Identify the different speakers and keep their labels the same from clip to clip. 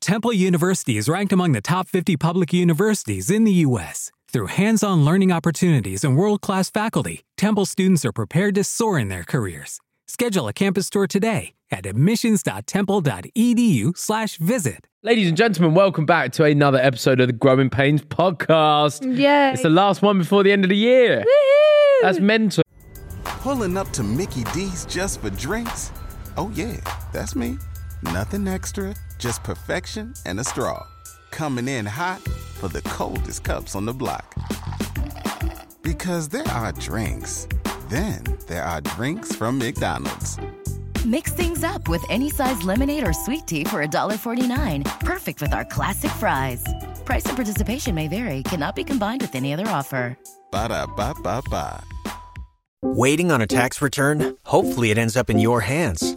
Speaker 1: Temple University is ranked among the top 50 public universities in the U.S. Through hands on learning opportunities and world class faculty, Temple students are prepared to soar in their careers. Schedule a campus tour today at E admissions.temple.edu/slash visit.
Speaker 2: Ladies and gentlemen, welcome back to another episode of the Growing Pains podcast.
Speaker 3: Yay.
Speaker 2: It's the last one before the end of the year.
Speaker 3: Woohoo!
Speaker 2: That's mental.
Speaker 4: Pulling up to Mickey D's just for drinks? Oh, yeah, that's me. Nothing extra, just perfection and a straw. Coming in hot for the coldest cups on the block. Because there are drinks, then there are drinks from McDonald's.
Speaker 5: Mix things up with any size lemonade or sweet tea for $1.49. Perfect with our classic fries. Price and participation may vary, cannot be combined with any other offer.
Speaker 4: Ba da ba ba ba.
Speaker 6: Waiting on a tax return? Hopefully, it ends up in your hands.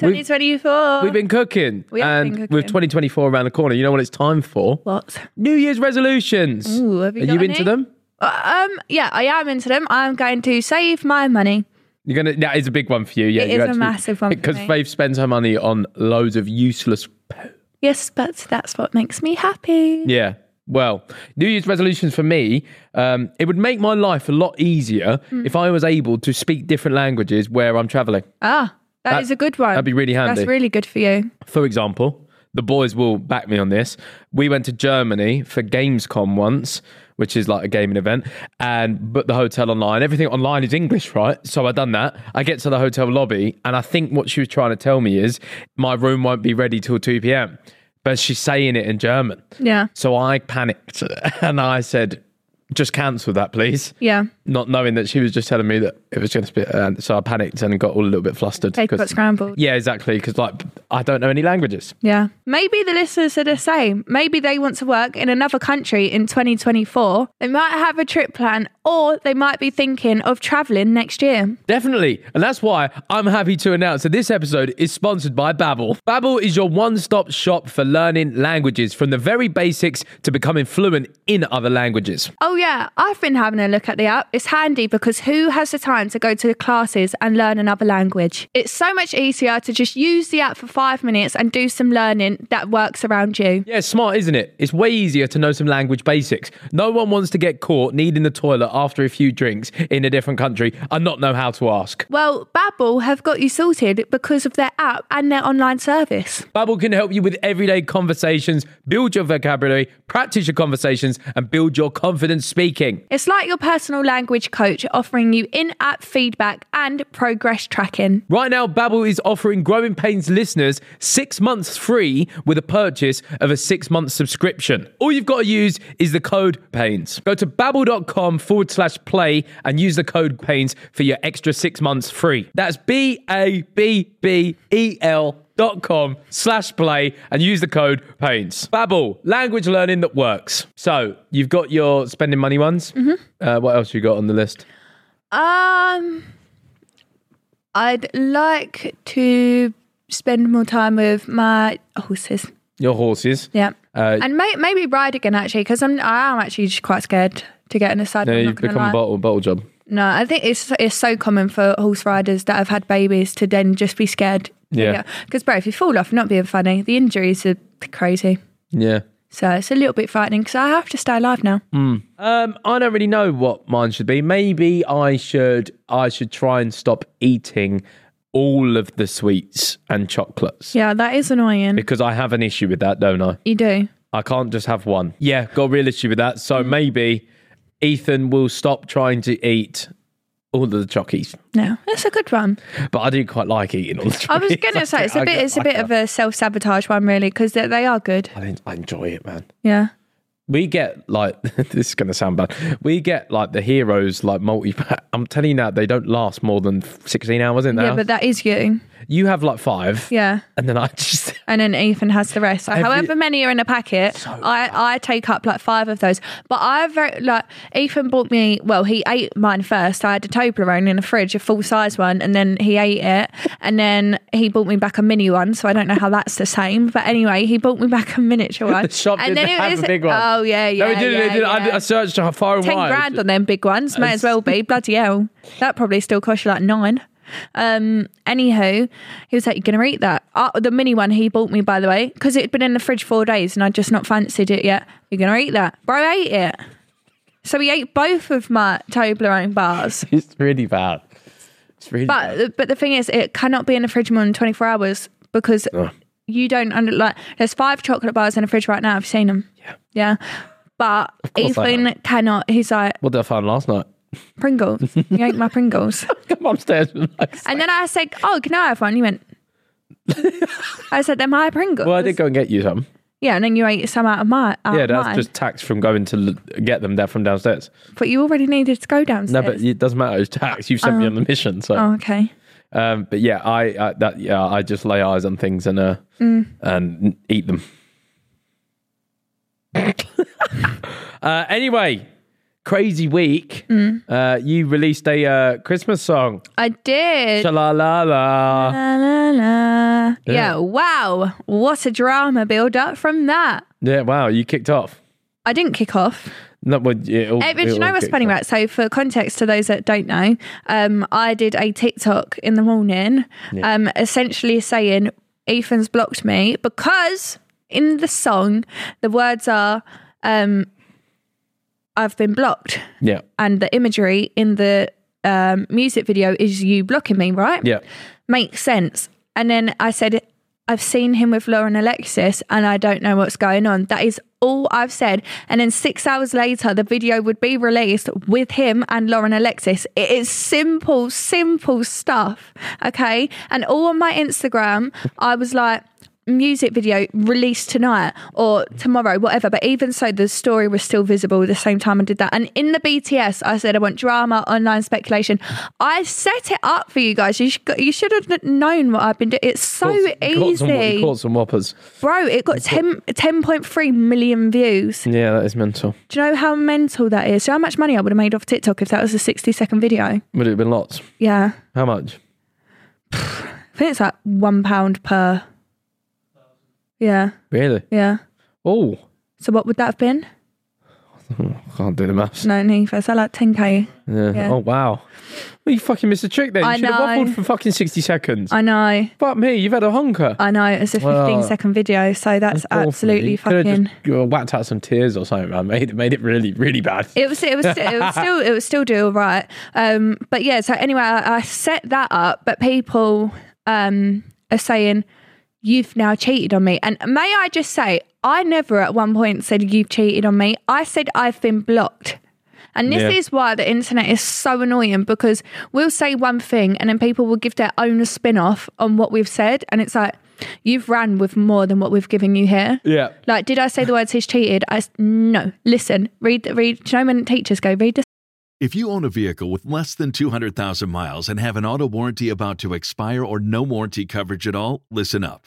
Speaker 2: We've,
Speaker 3: 2024.
Speaker 2: we've been cooking.
Speaker 3: We have
Speaker 2: and
Speaker 3: been
Speaker 2: with
Speaker 3: cooking.
Speaker 2: 2024 around the corner, you know what it's time for?
Speaker 3: What?
Speaker 2: New Year's resolutions.
Speaker 3: Ooh, have you
Speaker 2: Are
Speaker 3: got
Speaker 2: you into
Speaker 3: any?
Speaker 2: them?
Speaker 3: Um, yeah, I am into them. I'm going to save my money.
Speaker 2: You're gonna. That is a big one for you. Yeah,
Speaker 3: It
Speaker 2: you
Speaker 3: is a
Speaker 2: actually-
Speaker 3: massive one for
Speaker 2: because
Speaker 3: me.
Speaker 2: Faith spends her money on loads of useless.
Speaker 3: Yes, but that's what makes me happy.
Speaker 2: Yeah. Well, New Year's resolutions for me, um, it would make my life a lot easier
Speaker 3: Hmm.
Speaker 2: if I was able to speak different languages where I'm traveling.
Speaker 3: Ah,
Speaker 2: That-
Speaker 3: that is a good one.
Speaker 2: that'd be really handy.
Speaker 3: That's really good for you.
Speaker 2: For example, the boys will back me on this. We went to Germany for Gamescom once, which is like a gaming event, and booked the hotel online. Everything online is English, right? So I done that. I get to the hotel lobby, and I think what she was trying to tell me is my room won't be ready till 2 p.m. But she's saying it in German.
Speaker 3: Yeah.
Speaker 2: So I panicked and I said, just cancel that, please.
Speaker 3: Yeah.
Speaker 2: Not knowing that she was just telling me that it was going to be. And so I panicked and got all a little bit flustered.
Speaker 3: Paper
Speaker 2: 'cause-
Speaker 3: got scrambled.
Speaker 2: yeah, exactly. Because like I don't know any languages.
Speaker 3: Yeah. Maybe the listeners are the same. Maybe they want to work in another country in 2024. They might have a trip plan or they might be thinking of traveling next year.
Speaker 2: Definitely. And that's why I'm happy to announce that this episode is sponsored by Babbel. Babbel is your one-stop shop for learning languages from the very basics to becoming fluent in other languages.
Speaker 3: Oh, yeah. I've been having a look at the app. It's handy because who has the time to go to classes and learn another language? It's so much easier to just use the app for five minutes and do some learning that works around you.
Speaker 2: Yeah, it's smart, isn't it? It's way easier to know some language basics. No one wants to get caught needing the toilet after a few drinks in a different country and not know how to ask.
Speaker 3: Well, Babbel have got you sorted because of their app and their online service.
Speaker 2: Babbel can help you with everyday conversations, build your vocabulary, practice your conversations, and build your confidence speaking.
Speaker 3: It's like your personal language coach offering you in app feedback and progress tracking.
Speaker 2: Right now, Babbel is offering Growing Pains listeners six months free with a purchase of a six-month subscription. All you've got to use is the code PAINS. Go to babbel.com forward slash play and use the code PAINS for your extra six months free. That's B-A-B-B-E-L E dot com slash play and use the code PAINS. Babbel, language learning that works. So, you've got your spending money ones. Mm-hmm. Uh, what else you got on the list?
Speaker 3: Um, I'd like to spend more time with my horses.
Speaker 2: Your horses.
Speaker 3: Yeah.
Speaker 2: Uh,
Speaker 3: and may- maybe ride again actually because I'm I am actually just quite scared to get in a saddle.
Speaker 2: No,
Speaker 3: I'm not
Speaker 2: you've
Speaker 3: gonna
Speaker 2: become
Speaker 3: lie.
Speaker 2: a bottle, bottle job.
Speaker 3: No, I think it's it's so common for horse riders that have had babies to then just be scared.
Speaker 2: Yeah.
Speaker 3: because bro, if you fall off, not being funny, the injuries are crazy.
Speaker 2: Yeah.
Speaker 3: So it's a little bit frightening because I have to stay alive now.
Speaker 2: Um, I don't really know what mine should be. Maybe I should I should try and stop eating all of the sweets and chocolates.
Speaker 3: Yeah, that is annoying.
Speaker 2: Because I have an issue with that, don't I?
Speaker 3: You do.
Speaker 2: I can't just have one. Yeah, got a real issue with that. So
Speaker 3: Mm.
Speaker 2: maybe Ethan will stop trying to eat all of the chockies.
Speaker 3: No, that's a good one.
Speaker 2: But I do quite like eating all the chockies.
Speaker 3: I was gonna say it's a bit it's a bit of a self sabotage one really because they, they are good.
Speaker 2: I, I enjoy it, man.
Speaker 3: Yeah.
Speaker 2: we get like this is going to sound bad. We get like the heroes like multi. I'm telling you now, they don't last more than 16 hours in there.
Speaker 3: Yeah, but that is you.
Speaker 2: you have like five.
Speaker 3: Yeah.
Speaker 2: And then I just
Speaker 3: and then Ethan has the rest. So
Speaker 2: Every-
Speaker 3: however many are in a packet, I, I take up like five of those. But I very like Ethan bought me. Well, he ate mine first. I had a Toblerone in the fridge, a full size one, and then he ate it. And then he bought me back a mini one. So I don't know how that's the same. But anyway, he bought me back a miniature one.
Speaker 2: the shop
Speaker 3: and
Speaker 2: didn't
Speaker 3: then it
Speaker 2: have
Speaker 3: was
Speaker 2: a big one.
Speaker 3: Oh yeah, yeah.
Speaker 2: No, it didn't.
Speaker 3: yeah,
Speaker 2: it didn't. I,
Speaker 3: yeah.
Speaker 2: did- I searched far and
Speaker 3: Ten
Speaker 2: wide.
Speaker 3: grand on them big ones. May as well be. Bloody hell. That probably still cost you like nine. Um, anywho, he was like, You're gonna eat that. Uh, the mini one he bought me, by the way, because it had been in the fridge four days and I'd just not fancied it yet. You're gonna eat that. Bro ate it. So he ate both of my Toblerone bars.
Speaker 2: It's really bad. It's really bad.
Speaker 3: But but the thing is, it cannot be in the fridge more than 24 hours because you don't under like. There's five chocolate bars in the fridge right now. I've seen them. Yeah. Yeah. But
Speaker 2: course I
Speaker 3: Ethan cannot. He's like,
Speaker 2: What did I find last night?
Speaker 3: Pringles. You ate my Pringles.
Speaker 2: Come upstairs with like.
Speaker 3: And then I said, Oh, can I have one? You went, I said, They're my Pringles.
Speaker 2: Well, I did go and get you some.
Speaker 3: Yeah, and then you ate some out of my. Out
Speaker 2: Yeah,
Speaker 3: of
Speaker 2: that's
Speaker 3: Oh, mine.
Speaker 2: just tax from going to l- get them there from downstairs.
Speaker 3: But you already needed to go
Speaker 2: No,
Speaker 3: downstairs.
Speaker 2: but it doesn't matter. It's tax. You've sent me on the mission. So,
Speaker 3: Oh, okay.
Speaker 2: um, but yeah, I, I that yeah, I just lay eyes on things and uh
Speaker 3: Mm.
Speaker 2: and eat them. uh, anyway, crazy week.
Speaker 3: Mm.
Speaker 2: Uh, you released a uh, Christmas song.
Speaker 3: I did.
Speaker 2: Sha-la-la-la.
Speaker 3: La, la, la. Yeah.
Speaker 2: Yeah.
Speaker 3: wow. What a drama build up from that.
Speaker 2: Yeah, wow, you kicked off.
Speaker 3: I didn't kick off.
Speaker 2: Not what it all,
Speaker 3: Hey,
Speaker 2: it
Speaker 3: Rich,
Speaker 2: all
Speaker 3: and I was
Speaker 2: kicked
Speaker 3: Penny
Speaker 2: off.
Speaker 3: Rat. So, for context to those that don't know, um, I did a TikTok in the morning, um, essentially saying Ethan's blocked me because in the song the words are, um, "I've been blocked,"
Speaker 2: Yeah,
Speaker 3: and the imagery in the um, music video is you blocking me, right?
Speaker 2: yeah.
Speaker 3: makes sense. And then I said, I've seen him with Lauren Alexis and I don't know what's going on. That is all I've said. And then six hours later, the video would be released with him and Lauren Alexis. It is simple, simple stuff. Okay. And all on my Instagram, I was like, music video released tonight or tomorrow, whatever. But even so, the story was still visible at the same time I did that. And in the BTS, I said I want drama, online speculation. I set it up for you guys. You should, you should have known what I've been doing. It's so
Speaker 2: Caught some- you Caught some, you
Speaker 3: easy,
Speaker 2: caught some whoppers.
Speaker 3: bro. It got 10, 10.3 million views.
Speaker 2: Yeah, that is mental.
Speaker 3: Do you know how mental that is? Do you know how much money I would have made off TikTok if that was a sixty second video?
Speaker 2: Would it have been lots?
Speaker 3: Yeah,
Speaker 2: How much?
Speaker 3: I think it's like one pound per. Yeah,
Speaker 2: Really?
Speaker 3: yeah.
Speaker 2: Oh,
Speaker 3: So what would that have been?
Speaker 2: can't do the maths.
Speaker 3: No, neither. Is that like ten k?
Speaker 2: Yeah.
Speaker 3: Yeah.
Speaker 2: Oh wow. Well, you fucking missed a trick then. You
Speaker 3: I
Speaker 2: should have
Speaker 3: know.
Speaker 2: waffled for fucking sixty seconds.
Speaker 3: I know.
Speaker 2: Fuck me, you've had a honker.
Speaker 3: I know. It's a 15
Speaker 2: Well,
Speaker 3: second video, so that's
Speaker 2: Awful.
Speaker 3: absolutely
Speaker 2: You could have
Speaker 3: fucking.
Speaker 2: Just you know, whacked out some tears or something, man. Made it made it really really bad.
Speaker 3: It was, it was, it was still, it was still do all right. Um, but yeah, so anyway, I, I set that up, but people um, are saying you've now cheated on me, and may I just say, I never at one point said you've cheated on me. I said I've been blocked. And this
Speaker 2: Yeah.
Speaker 3: is why the internet is so annoying because we'll say one thing and then people will give their own spin off on what we've said. And it's like, you've ran with more than what we've given you here.
Speaker 2: yeah.
Speaker 3: Like, did I say the words he's cheated? I s- no. Listen, read, read. Do you know when teachers go read the
Speaker 7: If you own a vehicle with less than 200,000 miles and have an auto warranty about to expire or no warranty coverage at all, listen up.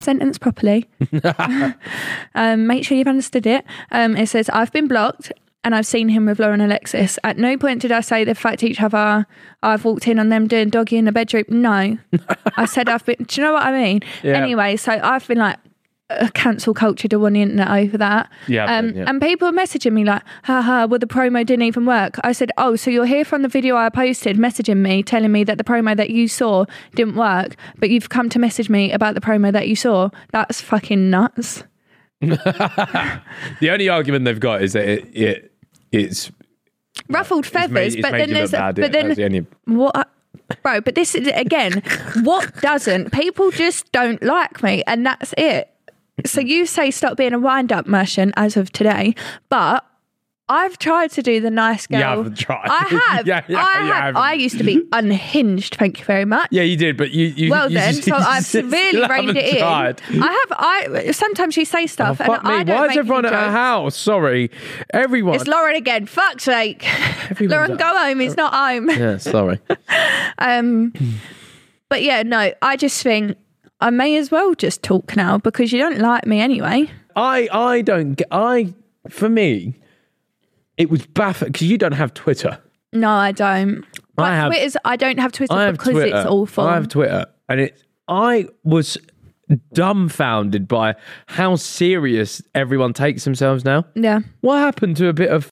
Speaker 3: sentence properly, um, make sure you've understood it. Um, it says, I've been blocked and I've seen him with Lauren Alexis. At no point did I say they fight each other. I've walked in on them doing doggy in the bedroom. No. I said, I've been, do you know what I mean?
Speaker 2: Yeah.
Speaker 3: Anyway, so I've been like, uh, cancel culture to on the internet over that.
Speaker 2: Yeah, I've
Speaker 3: Um,
Speaker 2: been, yeah.
Speaker 3: And people are messaging me like, haha, well, the promo didn't even work. I said, oh, so you're here from the video I posted, messaging me, telling me that the promo that you saw didn't work, but you've come to message me about the promo that you saw. That's fucking nuts.
Speaker 2: The only argument they've got is that it, it it's
Speaker 3: Ruffled
Speaker 2: it's made,
Speaker 3: feathers,
Speaker 2: it's
Speaker 3: but
Speaker 2: made
Speaker 3: then
Speaker 2: you look
Speaker 3: there's, a,
Speaker 2: bad.
Speaker 3: but
Speaker 2: yeah,
Speaker 3: then
Speaker 2: that's the only-
Speaker 3: What, uh, bro? But this is again. what doesn't people just don't like me, and that's it. So you say stop being a wind up merchant as of today, but. I've tried to do the nice girl.
Speaker 2: You haven't tried.
Speaker 3: I have.
Speaker 2: Yeah, yeah,
Speaker 3: I
Speaker 2: you
Speaker 3: have.
Speaker 2: haven't.
Speaker 3: I used to be unhinged. Thank you very much.
Speaker 2: yeah, you did, but you, you
Speaker 3: well
Speaker 2: you
Speaker 3: then,
Speaker 2: just-
Speaker 3: so
Speaker 2: you
Speaker 3: I've
Speaker 2: just
Speaker 3: severely
Speaker 2: still
Speaker 3: reined it
Speaker 2: haven't
Speaker 3: in.
Speaker 2: tried.
Speaker 3: I have. I sometimes you say
Speaker 2: Oh,
Speaker 3: stuff, and
Speaker 2: fuck me!
Speaker 3: I don't
Speaker 2: Why
Speaker 3: make
Speaker 2: is
Speaker 3: any
Speaker 2: everyone at our
Speaker 3: jokes.
Speaker 2: house? Sorry, everyone.
Speaker 3: It's Lauren again. Fuck's sake, Lauren,
Speaker 2: at-
Speaker 3: go home. He's not home.
Speaker 2: yeah, sorry.
Speaker 3: Um, but yeah, no, I just think I may as well just talk now because you don't like me anyway.
Speaker 2: I I don't get I for me it was baffling because you don't have Twitter.
Speaker 3: No, I don't. But
Speaker 2: I have-
Speaker 3: Twitter's, I don't have Twitter
Speaker 2: I have
Speaker 3: because
Speaker 2: Twitter.
Speaker 3: it's awful.
Speaker 2: I have Twitter, and it I was dumbfounded by how serious everyone takes themselves now.
Speaker 3: yeah,
Speaker 2: What happened to a bit of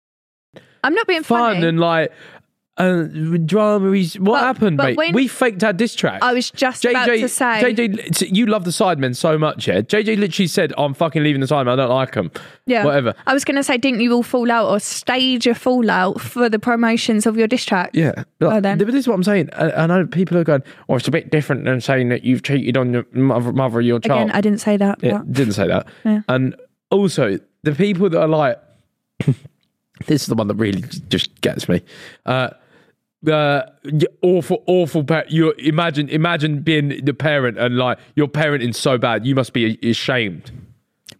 Speaker 3: I'm not being
Speaker 2: fun
Speaker 3: funny.
Speaker 2: and like uh, drama? is- What
Speaker 3: But-
Speaker 2: happened,
Speaker 3: but
Speaker 2: mate?
Speaker 3: when-
Speaker 2: we faked our diss track.
Speaker 3: I was just about to say.
Speaker 2: JJ, li- you love the Sidemen so much, yeah? JJ literally said, I'm fucking leaving the Sidemen. I don't like them.
Speaker 3: yeah,
Speaker 2: Whatever.
Speaker 3: I was going to say, didn't you all fall out or stage a fallout for the promotions of your diss track?
Speaker 2: Yeah.
Speaker 3: Oh, then.
Speaker 2: But this is what I'm saying. I, I know people are going, oh, it's a bit different than saying that you've cheated on your mother, mother or your child.
Speaker 3: Again, I didn't say that.
Speaker 2: Yeah,
Speaker 3: but-
Speaker 2: didn't say that. And also, the people that are like, this is the one that really j- just gets me. Uh, uh, y- awful, awful. Pa- you imagine, imagine being the parent and like your parenting so bad, you must be a- ashamed.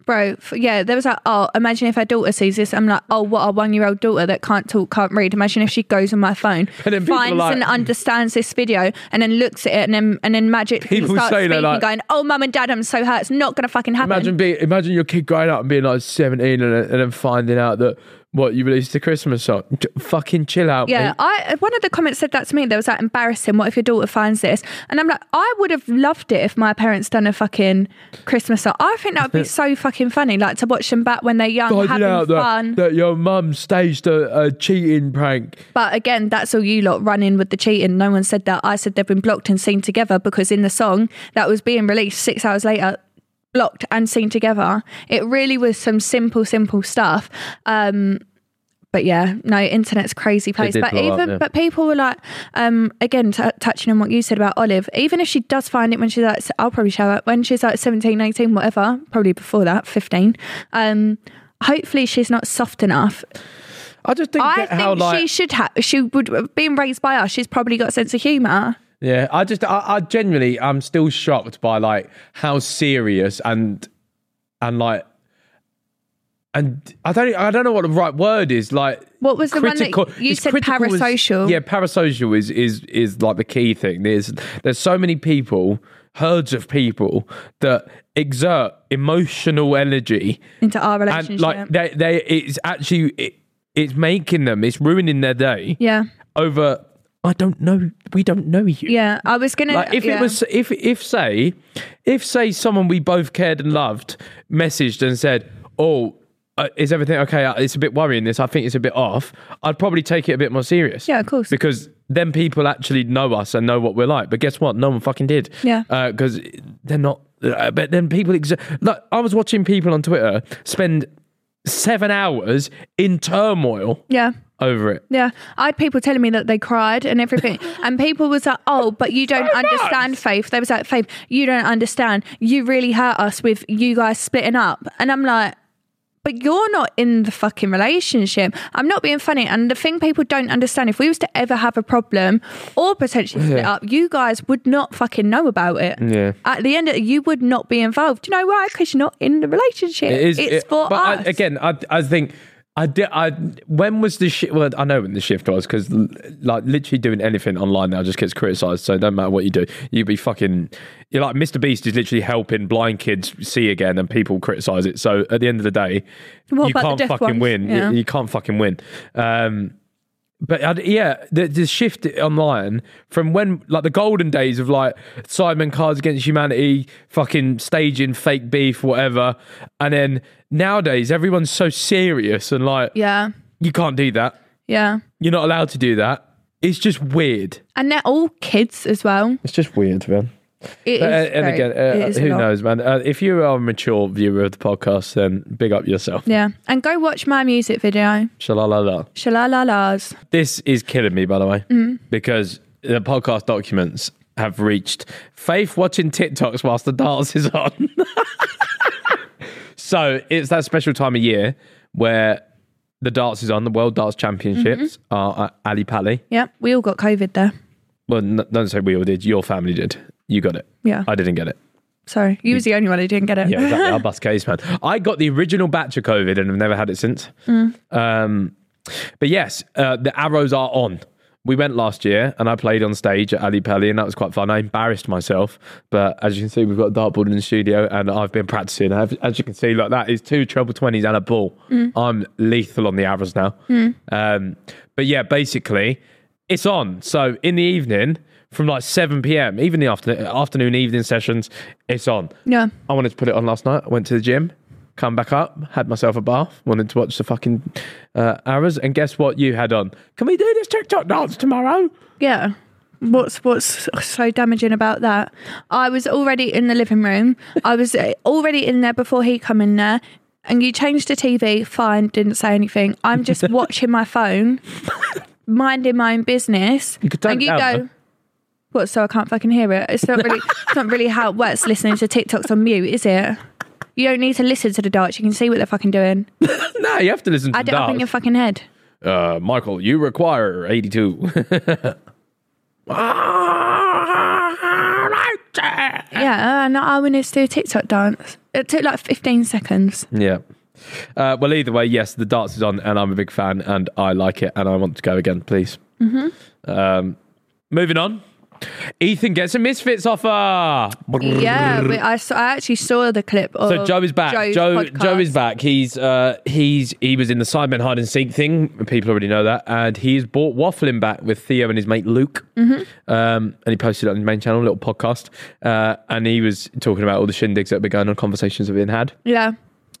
Speaker 3: bro. f- Yeah, there was like, oh, imagine if our daughter sees this. I'm like, oh, what a one-year-old daughter that can't talk, can't read. Imagine if she goes on my phone,
Speaker 2: And then people are
Speaker 3: finds
Speaker 2: like-
Speaker 3: and understands this video, and then looks at it, and then and then magic
Speaker 2: People
Speaker 3: starts
Speaker 2: say they're
Speaker 3: speaking,
Speaker 2: like-
Speaker 3: going, oh, mum and dad, I'm so hurt. It's not gonna fucking happen.
Speaker 2: Imagine being, imagine your kid growing up and being like seventeen, and, and then finding out that what you released a Christmas song. J- fucking chill out.
Speaker 3: yeah,
Speaker 2: mate.
Speaker 3: I one of the comments said that to me. There was like embarrassing. What if your daughter finds this? And I'm like, I would have loved it if my parents done a fucking Christmas song. I think that would be so fucking funny, like to watch them back when they're young,
Speaker 2: finding
Speaker 3: having
Speaker 2: out
Speaker 3: fun.
Speaker 2: that, that your mum staged a, a cheating prank.
Speaker 3: But again, that's all you lot running with the cheating. No one said that. I said they've been blocked and seen together because in the song that was being released six hours later, blocked and seen together. It really was some simple, simple stuff. Um, but yeah, no, internet's a crazy place.
Speaker 2: did
Speaker 3: But
Speaker 2: blow up,
Speaker 3: even
Speaker 2: yeah.
Speaker 3: but people were like, um, again, t- touching on what you said about Olive. Even if she does find it when she's like, I'll probably show up when she's like 17, 18, whatever. Probably before that, fifteen. Um, hopefully, she's not soft enough
Speaker 2: I just think
Speaker 3: I
Speaker 2: that how
Speaker 3: think
Speaker 2: like
Speaker 3: she should have. She would being raised by us. She's probably got a sense of humour.
Speaker 2: Yeah, I just, I, I genuinely, I'm still shocked by like how serious and, and like, and I don't, I don't know what the right word is. Like,
Speaker 3: What was the one that you
Speaker 2: it's
Speaker 3: said
Speaker 2: critical is-
Speaker 3: parasocial?
Speaker 2: yeah, parasocial is is is like the key thing. There's there's so many people, herds of people that exert emotional energy
Speaker 3: Into our
Speaker 2: and
Speaker 3: relationship.
Speaker 2: like they they it's actually it, it's making them, it's ruining their day
Speaker 3: yeah,
Speaker 2: over. I don't know. We don't know you.
Speaker 3: yeah. I was gonna.
Speaker 2: Like if
Speaker 3: yeah.
Speaker 2: it was if if say if say someone we both cared and loved messaged and said, "Oh, uh, is everything okay? Uh, It's a bit worrying. This, I think it's a bit off." I'd probably take it a bit more serious.
Speaker 3: Yeah, of course.
Speaker 2: Because then people actually know us and know what we're like. But guess what? No one fucking did.
Speaker 3: Yeah.
Speaker 2: Because they're not. Uh, but then people exa- like I was watching people on Twitter spend seven hours in turmoil
Speaker 3: yeah.
Speaker 2: over it.
Speaker 3: Yeah, I had people telling me that they cried and everything, and people was like, "Oh, but you don't understand, Faith." They was like, "Faith, you don't understand. You really hurt us with you guys splitting up," and I'm like, but you're not in the fucking relationship. I'm not being funny. And the thing people don't understand, if we was to ever have a problem or potentially split up, you guys would not fucking know about it.
Speaker 2: Yeah.
Speaker 3: At the end, of it, you would not be involved. Do you know why? Because you're not in the relationship.
Speaker 2: It is.
Speaker 3: it's
Speaker 2: it-
Speaker 3: for
Speaker 2: but
Speaker 3: us.
Speaker 2: I, again, I I think I did. I when was the shift? Well, I know when the shift was because like literally doing anything online now just gets criticised. So it don't matter what you do, you be fucking. You're like Mr Beast is literally helping blind kids see again, and people criticise it. So at the end of the day,
Speaker 3: What
Speaker 2: you
Speaker 3: about the
Speaker 2: can't
Speaker 3: deaf
Speaker 2: fucking
Speaker 3: ones?
Speaker 2: win. You-
Speaker 3: Yeah.
Speaker 2: You, can't fucking win. Um, But I'd, yeah, the, the shift online from when, like the golden days of like Simon Cards Against Humanity, fucking staging fake beef, whatever. And then nowadays, everyone's so serious and like,
Speaker 3: Yeah.
Speaker 2: you can't do that.
Speaker 3: Yeah.
Speaker 2: You're not allowed to do that. It's just weird.
Speaker 3: And they're all kids as well.
Speaker 2: It's just weird, man.
Speaker 3: It is
Speaker 2: Uh, and
Speaker 3: very-
Speaker 2: again,
Speaker 3: it
Speaker 2: uh,
Speaker 3: is a
Speaker 2: who
Speaker 3: lot.
Speaker 2: knows, man? Uh, if you are a mature viewer of the podcast, then big up yourself.
Speaker 3: Yeah. And go watch my music video.
Speaker 2: Shalalala.
Speaker 3: Shalalalas.
Speaker 2: This is killing me, by the way, because the podcast documents have reached Faith watching TikToks whilst the dance is on. so it's that special time of year where the darts is on. The World Darts Championships are at Ali Pali.
Speaker 3: Yep. We all got COVID there.
Speaker 2: Well, n- don't say we all did. Your family did. You got it.
Speaker 3: Yeah.
Speaker 2: I didn't get it.
Speaker 3: Sorry. You was the only one who didn't get it.
Speaker 2: Hmm. Yeah, exactly. I'll bust case, man. I got the original batch of COVID and I've never had it since. Um, but yes, uh, the arrows are on. We went last year and I played on stage at Ali Pali and that was quite fun. I embarrassed myself, but as you can see, we've got a dartboard in the studio and I've been practicing. I've- As you can see, like that is two treble 20s and a ball. I'm lethal on the arrows now. Um, but yeah, basically, it's on. So in the evening, from like 7 p.m., even the afternoon, afternoon evening sessions, it's on.
Speaker 3: Yeah.
Speaker 2: I wanted to put it on last night. I went to the gym, come back up, had myself a bath, wanted to watch the fucking uh, hours. And guess what you had on? Can we do this TikTok dance tomorrow?
Speaker 3: Yeah. What's what's so damaging about that? I was already in the living room. I was uh, already in there before he come in there. And you changed the TV, fine, didn't say anything. I'm just watching my phone, minding my own business.
Speaker 2: You could turn
Speaker 3: and
Speaker 2: it
Speaker 3: you
Speaker 2: down,
Speaker 3: go,
Speaker 2: though.
Speaker 3: What, so I can't fucking hear it? It's not really it's not really how it works listening to TikToks on mute, is it? You don't need to listen to the darts, you can see what they're fucking doing.
Speaker 2: No, you have to listen to
Speaker 3: Add it up in your
Speaker 2: dance.
Speaker 3: fucking head.
Speaker 2: uh, Michael, you require 82.
Speaker 3: Yeah, and I wanted to do a TikTok dance. It took like 15 seconds.
Speaker 2: yeah. Uh, well, either way, yes, the darts is on, and I'm a big fan, and I like it, and I want to go again, please. Um, moving on. Ethan gets a Misfits offer.
Speaker 3: Yeah, we, I, saw, I actually saw the clip. Of
Speaker 2: So Joe is back.
Speaker 3: Joe's
Speaker 2: Joe
Speaker 3: podcast.
Speaker 2: Joe is back. He's uh he's he was in the Simon hide and seek thing. People already know that, and he's bought waffling back with Theo and his mate Luke.
Speaker 3: Mm-hmm.
Speaker 2: Um, and he posted it on his main channel, a little podcast, uh, and he was talking about all the shindigs that were going on, conversations that were being had.
Speaker 3: Yeah,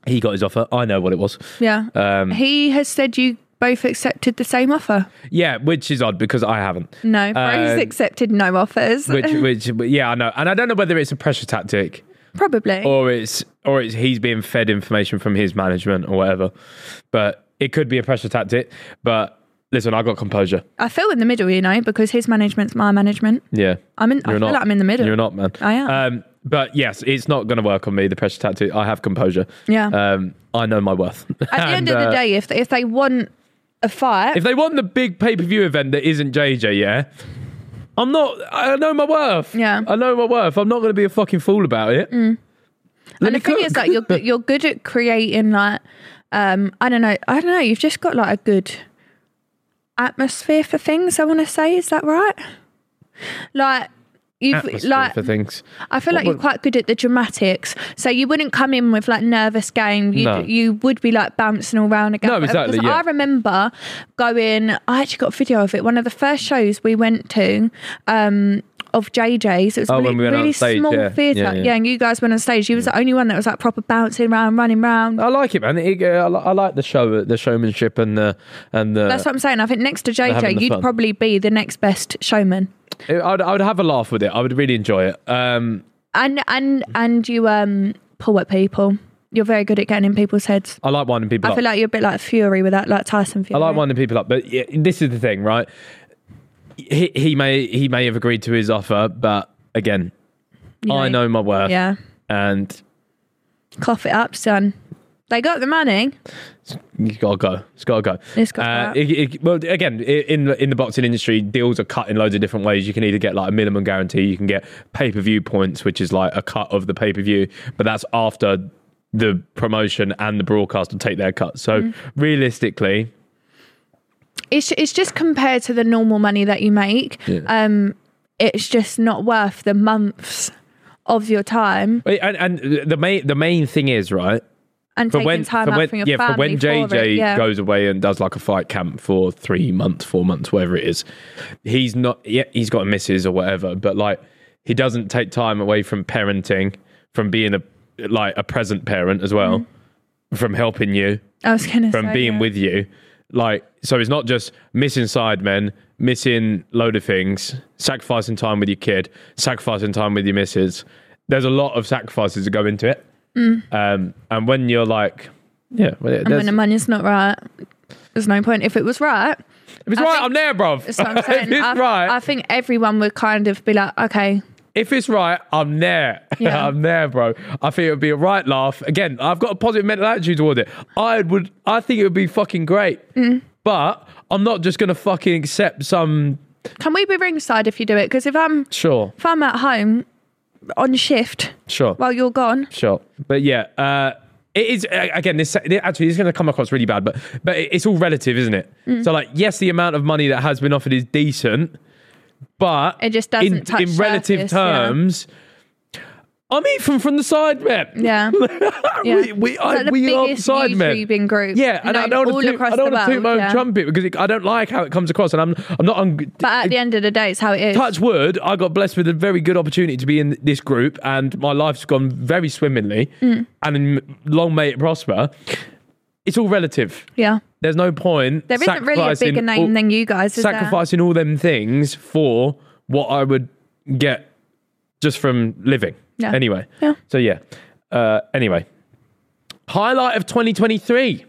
Speaker 2: He got his offer. I know what it was.
Speaker 3: yeah.
Speaker 2: Um,
Speaker 3: he has said you both accepted the same offer.
Speaker 2: yeah, which is odd because I haven't.
Speaker 3: No,
Speaker 2: Um,
Speaker 3: Bro's accepted no offers.
Speaker 2: Which, which, yeah, I know, and I don't know whether it's a pressure tactic.
Speaker 3: Probably.
Speaker 2: or it's or it's he's being fed information from his management or whatever. But it could be a pressure tactic. But listen, I got composure.
Speaker 3: I feel in the middle, you know, because his management's my management.
Speaker 2: Yeah,
Speaker 3: I'm in- I feel like I'm in the middle.
Speaker 2: You're not, man.
Speaker 3: I am.
Speaker 2: Um, but yes, it's not going to work on me. The pressure tactic. I have composure.
Speaker 3: Yeah.
Speaker 2: Um, I know my worth. uh,
Speaker 3: At the end of the day, if if they want a fight,
Speaker 2: if they want the big pay per view event that isn't JJ, yeah. I'm not. I know my worth.
Speaker 3: Yeah. Mm.
Speaker 2: I know my worth. I'm not going to be a fucking fool about it. Let
Speaker 3: and
Speaker 2: me
Speaker 3: the thing
Speaker 2: cook.
Speaker 3: is, like you're good- you're good at creating like um I don't know I don't know you've just got like a good atmosphere for things. I want to say is that right? Like you've
Speaker 2: Atmosphere
Speaker 3: like
Speaker 2: for things.
Speaker 3: I feel like you're quite good at the dramatics, so you wouldn't come in with like nervous game. You
Speaker 2: No.
Speaker 3: you would be like bouncing all around again. uh,
Speaker 2: No, exactly,
Speaker 3: Because
Speaker 2: yeah.
Speaker 3: I remember going. I actually got a video of it. One of the first shows we went to. Um, of JJ's, it was
Speaker 2: Oh,
Speaker 3: really,
Speaker 2: when we went on
Speaker 3: really
Speaker 2: stage,
Speaker 3: small
Speaker 2: yeah.
Speaker 3: theatre.
Speaker 2: Yeah, yeah.
Speaker 3: and you guys went on stage. You was the only one that was like proper bouncing around, running around.
Speaker 2: I like it, man. It, uh, I, li- I like the show, the showmanship, and the and the.
Speaker 3: That's what I'm saying. I think next to
Speaker 2: having
Speaker 3: JJ,
Speaker 2: the
Speaker 3: you'd
Speaker 2: fun.
Speaker 3: probably be the next best showman.
Speaker 2: I would, I would have a laugh with it. I would really enjoy it. Um,
Speaker 3: And and and you um pull at people. You're very good at getting in people's heads.
Speaker 2: I like winding people
Speaker 3: I
Speaker 2: up.
Speaker 3: feel like you're a bit like Fury with that, like Tyson
Speaker 2: I
Speaker 3: Fury.
Speaker 2: like winding people up, but yeah, this is the thing, right? He, he may he may have agreed to his offer, but again,
Speaker 3: You
Speaker 2: I know my worth,
Speaker 3: Yeah,
Speaker 2: and
Speaker 3: cough it up, son. They got the money.
Speaker 2: you gotta go. It's gotta go. Uh,
Speaker 3: It's gotta go.
Speaker 2: it- it- well, again, i- in in the boxing industry, deals are cut in loads of different ways. You can either get like a minimum guarantee, you can get pay per view points, which is like a cut of the pay per view, but that's after the promotion and the broadcaster take their cut. So
Speaker 3: Mm-hmm.
Speaker 2: realistically,
Speaker 3: It's it's just compared to the normal money that you make. Um, it's just not worth the months of your time.
Speaker 2: Wait, And, and the main the main thing is right.
Speaker 3: and
Speaker 2: for
Speaker 3: taking
Speaker 2: when,
Speaker 3: time
Speaker 2: for
Speaker 3: out
Speaker 2: when-
Speaker 3: from your
Speaker 2: yeah,
Speaker 3: family.
Speaker 2: for when JJ
Speaker 3: it, yeah.
Speaker 2: goes away and does like a fight camp for three months, four months, whatever it is, he's not. Yeah, he's got a missus or whatever, but like he doesn't take time away from parenting, from being a like a present parent as well,
Speaker 3: Mm-hmm.
Speaker 2: from helping you,
Speaker 3: I was gonna
Speaker 2: from
Speaker 3: say,
Speaker 2: being
Speaker 3: yeah.
Speaker 2: with you. Like, so it's not just missing side men, missing load of things, sacrificing time with your kid, sacrificing time with your missus. There's a lot of sacrifices that go into it.
Speaker 3: Mm.
Speaker 2: Um, and when you're like, yeah, well, yeah,
Speaker 3: And when
Speaker 2: there's-
Speaker 3: the money's not right, there's no point. If it was right,
Speaker 2: if it's
Speaker 3: I
Speaker 2: right,
Speaker 3: think-
Speaker 2: I'm there, bro.
Speaker 3: that's what I'm saying.
Speaker 2: if it's
Speaker 3: I,
Speaker 2: right,
Speaker 3: I think everyone would kind of be like, okay,
Speaker 2: if it's right, I'm there.
Speaker 3: Yeah.
Speaker 2: I'm there, bro. I think it would be a right laugh. Again, I've got a positive mental attitude toward it. I would. I think it would be fucking great.
Speaker 3: Mm.
Speaker 2: But I'm not just gonna fucking accept some.
Speaker 3: can we be ringside if you do it? Because if I'm
Speaker 2: Sure,
Speaker 3: if I'm at home on shift
Speaker 2: sure.
Speaker 3: while you're gone,
Speaker 2: Sure, but yeah, uh, it is. uh, Again, this it actually is going to come across really bad, but but it- it's all relative, isn't it?
Speaker 3: Mm.
Speaker 2: So like, yes, the amount of money that has been offered is decent, but
Speaker 3: It just doesn't
Speaker 2: in,
Speaker 3: touch
Speaker 2: in relative
Speaker 3: surface, yeah.
Speaker 2: terms. I'm even from the side map.
Speaker 3: yeah. Yeah.
Speaker 2: we we, I,
Speaker 3: It's like the
Speaker 2: we are
Speaker 3: biggest
Speaker 2: side men.
Speaker 3: YouTubing group,
Speaker 2: Yeah, and
Speaker 3: you
Speaker 2: I
Speaker 3: know,
Speaker 2: don't
Speaker 3: all
Speaker 2: want to toot,
Speaker 3: across
Speaker 2: I don't
Speaker 3: the
Speaker 2: want to toot my own
Speaker 3: world, yeah.
Speaker 2: trumpet because it, I don't like how it comes across, and I'm I'm not. I'm,
Speaker 3: But at the end of the day, it's how it is.
Speaker 2: touch wood, I got blessed with a very good opportunity to be in this group, and my life's gone very swimmingly.
Speaker 3: Mm.
Speaker 2: And in- long may it prosper. It's all relative.
Speaker 3: yeah.
Speaker 2: There's no point.
Speaker 3: There isn't really a
Speaker 2: sacrificing
Speaker 3: bigger name
Speaker 2: all-
Speaker 3: than you guys. Is there?
Speaker 2: sacrificing all them things for what I would get just from living.
Speaker 3: Yeah.
Speaker 2: Anyway.
Speaker 3: Yeah.
Speaker 2: So yeah. Uh, anyway. Highlight of 2023.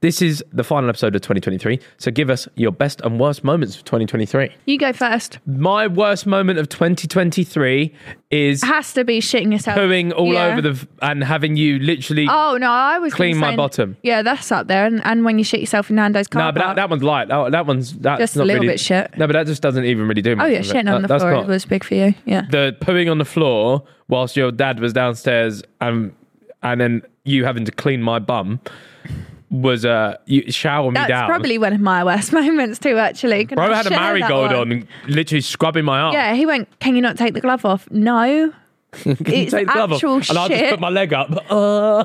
Speaker 2: This is the final episode of 2023. So give us your best and worst moments of 2023.
Speaker 3: You go first.
Speaker 2: My worst moment of 2023 is
Speaker 3: Has to be shitting yourself.
Speaker 2: pooing all
Speaker 3: Yeah.
Speaker 2: over the f- and having you literally.
Speaker 3: Oh no, I was gonna
Speaker 2: Clean my
Speaker 3: say-
Speaker 2: bottom.
Speaker 3: Yeah, that's up there, and, and when you shit yourself in Nando's car.
Speaker 2: no, but that, that one's light. That, that one's that's
Speaker 3: Just a
Speaker 2: not
Speaker 3: little
Speaker 2: really-
Speaker 3: bit shit.
Speaker 2: No, but that just doesn't even really do much.
Speaker 3: oh yeah,
Speaker 2: of it.
Speaker 3: shitting
Speaker 2: That-
Speaker 3: on the
Speaker 2: that's
Speaker 3: floor
Speaker 2: not-
Speaker 3: it was big for you. Yeah,
Speaker 2: the pooing on the floor whilst your dad was downstairs and and then you having to clean my bum was uh you shower me
Speaker 3: that's
Speaker 2: down.
Speaker 3: probably one of my worst moments too. Actually, Can
Speaker 2: Bro
Speaker 3: I
Speaker 2: had a
Speaker 3: share that
Speaker 2: marigold
Speaker 3: one?
Speaker 2: on, and literally scrubbing my arm.
Speaker 3: Yeah, he went. Can you not take the glove off? No. it's
Speaker 2: Take the glove off,
Speaker 3: actual
Speaker 2: and I just
Speaker 3: shit.
Speaker 2: put my leg up. Uh.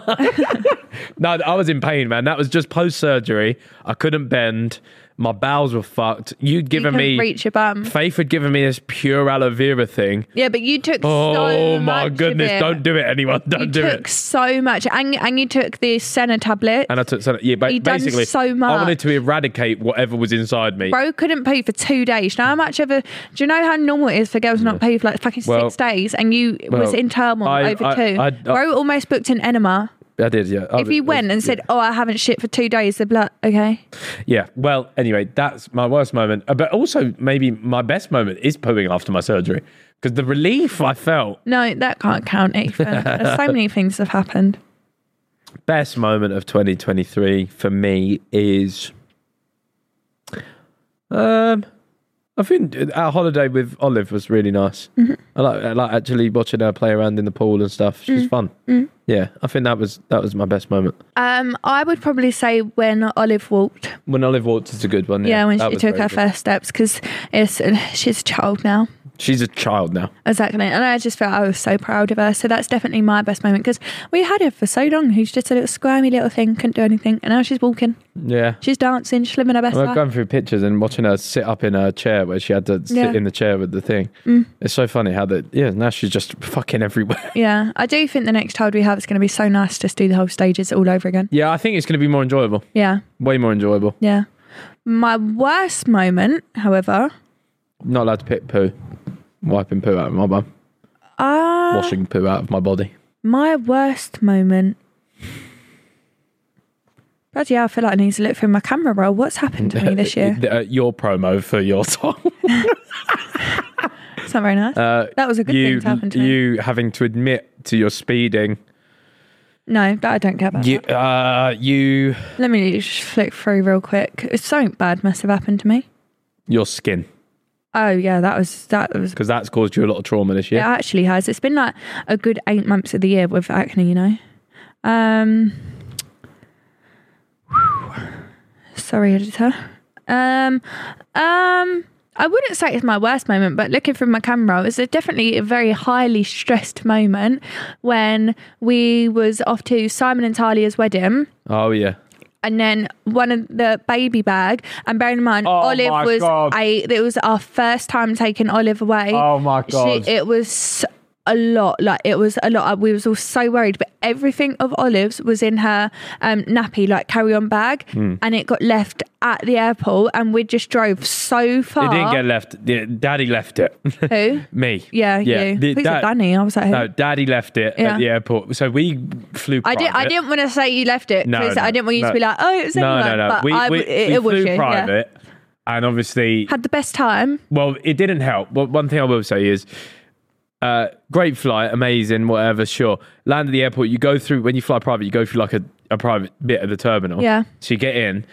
Speaker 2: no, I was in pain, man. That was just post surgery. I couldn't bend. My bowels were fucked. You'd given
Speaker 3: couldn't
Speaker 2: me
Speaker 3: reach your bum.
Speaker 2: Faith had given me this pure aloe vera thing.
Speaker 3: yeah, but you took.
Speaker 2: Oh
Speaker 3: so
Speaker 2: my
Speaker 3: much of
Speaker 2: goodness!
Speaker 3: it.
Speaker 2: Don't do it, anyone. Don't
Speaker 3: You
Speaker 2: do
Speaker 3: took
Speaker 2: it.
Speaker 3: so much, and and you took the Senna tablet.
Speaker 2: And I took so yeah, but
Speaker 3: You'd done
Speaker 2: basically
Speaker 3: so
Speaker 2: I wanted
Speaker 3: much.
Speaker 2: to eradicate whatever was inside me.
Speaker 3: Bro couldn't pee for two days. Do you know how much of a? Do you know how normal it is for girls not pee for like fucking
Speaker 2: Well-
Speaker 3: six days? And you
Speaker 2: well,
Speaker 3: was in turmoil
Speaker 2: I-
Speaker 3: over
Speaker 2: I-
Speaker 3: two.
Speaker 2: I- I-
Speaker 3: Bro almost booked an enema.
Speaker 2: I did, yeah. I
Speaker 3: If you
Speaker 2: was-
Speaker 3: went and said, "Oh, I haven't shit for two days," they'd be like, "Okay."
Speaker 2: yeah. Well, anyway, that's my worst moment, Uh, but also maybe my best moment is pooing after my surgery because the relief I felt.
Speaker 3: No, that can't count even. There's so many things have happened.
Speaker 2: Best moment of 2023 for me is, um, I think our holiday with Olive was really nice.
Speaker 3: Mm-hmm.
Speaker 2: I like, I like actually watching her play around in the pool and stuff.
Speaker 3: Mm-hmm.
Speaker 2: She's fun. Yeah, I think that was that was my best moment.
Speaker 3: Um, I would probably say when Olive walked.
Speaker 2: When Olive walked is a good one.
Speaker 3: Yeah,
Speaker 2: Yeah,
Speaker 3: when
Speaker 2: That
Speaker 3: she
Speaker 2: was
Speaker 3: took
Speaker 2: very
Speaker 3: her
Speaker 2: good.
Speaker 3: first steps, because it's she's a child now.
Speaker 2: She's a child now.
Speaker 3: Exactly. And I just felt I was so proud of her. So that's definitely my best moment because we had her for so long. Who's just a little squirmy little thing, couldn't do anything. And now she's walking,
Speaker 2: Yeah.
Speaker 3: she's dancing, she's living her best
Speaker 2: I am
Speaker 3: life.
Speaker 2: going through pictures and watching her sit up in her chair where she had to sit
Speaker 3: Yeah. Mm.
Speaker 2: in the chair with the thing. It's so funny how that, yeah, now she's just fucking everywhere.
Speaker 3: Yeah. I do think the next child we have is going to be so nice to just do the whole stages all over again.
Speaker 2: Yeah, I think it's going to be more enjoyable.
Speaker 3: Yeah.
Speaker 2: Way more enjoyable.
Speaker 3: Yeah. My worst moment, however,
Speaker 2: Not allowed to pick poo. Wiping poo out of my bum.
Speaker 3: uh,
Speaker 2: Washing poo out of my body.
Speaker 3: my worst moment. Bloody hell, I feel like I need to look through my camera roll. What's happened to me this year?
Speaker 2: Uh, your promo for your song.
Speaker 3: It's not very nice. that was a good
Speaker 2: Uh, you,
Speaker 3: thing to happen to me.
Speaker 2: you having to admit to your speeding.
Speaker 3: No, that I don't care about.
Speaker 2: You, uh, you,
Speaker 3: Let me just flick through real quick. It's something bad must have happened to me.
Speaker 2: your skin.
Speaker 3: Oh yeah, that was that was.
Speaker 2: Because that's caused you a lot of trauma this year.
Speaker 3: It actually has. It's been like a good eight months of the year with acne, you know. Um. Sorry, editor. Um, um, I wouldn't say it's my worst moment, but looking from my camera, it was a definitely a very highly stressed moment when we was off to Simon and Talia's wedding.
Speaker 2: Oh yeah.
Speaker 3: and then one of the baby bag. And bearing in mind,
Speaker 8: Oh,
Speaker 3: Olive
Speaker 8: my
Speaker 3: was
Speaker 8: God.
Speaker 3: eight. It was our first time taking Olive away.
Speaker 8: Oh, my God.
Speaker 3: She, it was a lot. Like it was a lot. We was all so worried, but everything of Olive's was in her um, nappy, like carry on bag,
Speaker 2: Hmm.
Speaker 3: and it got left at the airport. And we just drove so far.
Speaker 2: It didn't get left. Yeah, Daddy left it.
Speaker 3: Who?
Speaker 2: Me.
Speaker 3: Yeah, you.
Speaker 2: The-
Speaker 3: I think
Speaker 2: that-
Speaker 3: Danny. I was like, who?
Speaker 2: No, Daddy left it
Speaker 3: Yeah.
Speaker 2: at the airport. So we flew.
Speaker 3: I didn't. I
Speaker 2: private.
Speaker 3: didn't want to say you left it
Speaker 2: No,
Speaker 3: because
Speaker 2: no,
Speaker 3: I didn't want you
Speaker 2: no.
Speaker 3: to be like, oh, it was
Speaker 2: No,
Speaker 3: anyone.
Speaker 2: no, no.
Speaker 3: But
Speaker 2: we
Speaker 3: I,
Speaker 2: we,
Speaker 3: w- it,
Speaker 2: we
Speaker 3: it was
Speaker 2: flew
Speaker 3: you. Yeah.
Speaker 2: private, and obviously,
Speaker 3: Had the best time.
Speaker 2: well, it didn't help. But one thing I will say is, uh, great flight, amazing, whatever. Sure, land at the airport. You go through when you fly private. You go through like a, a private bit of the terminal.
Speaker 3: Yeah.
Speaker 2: So you get in.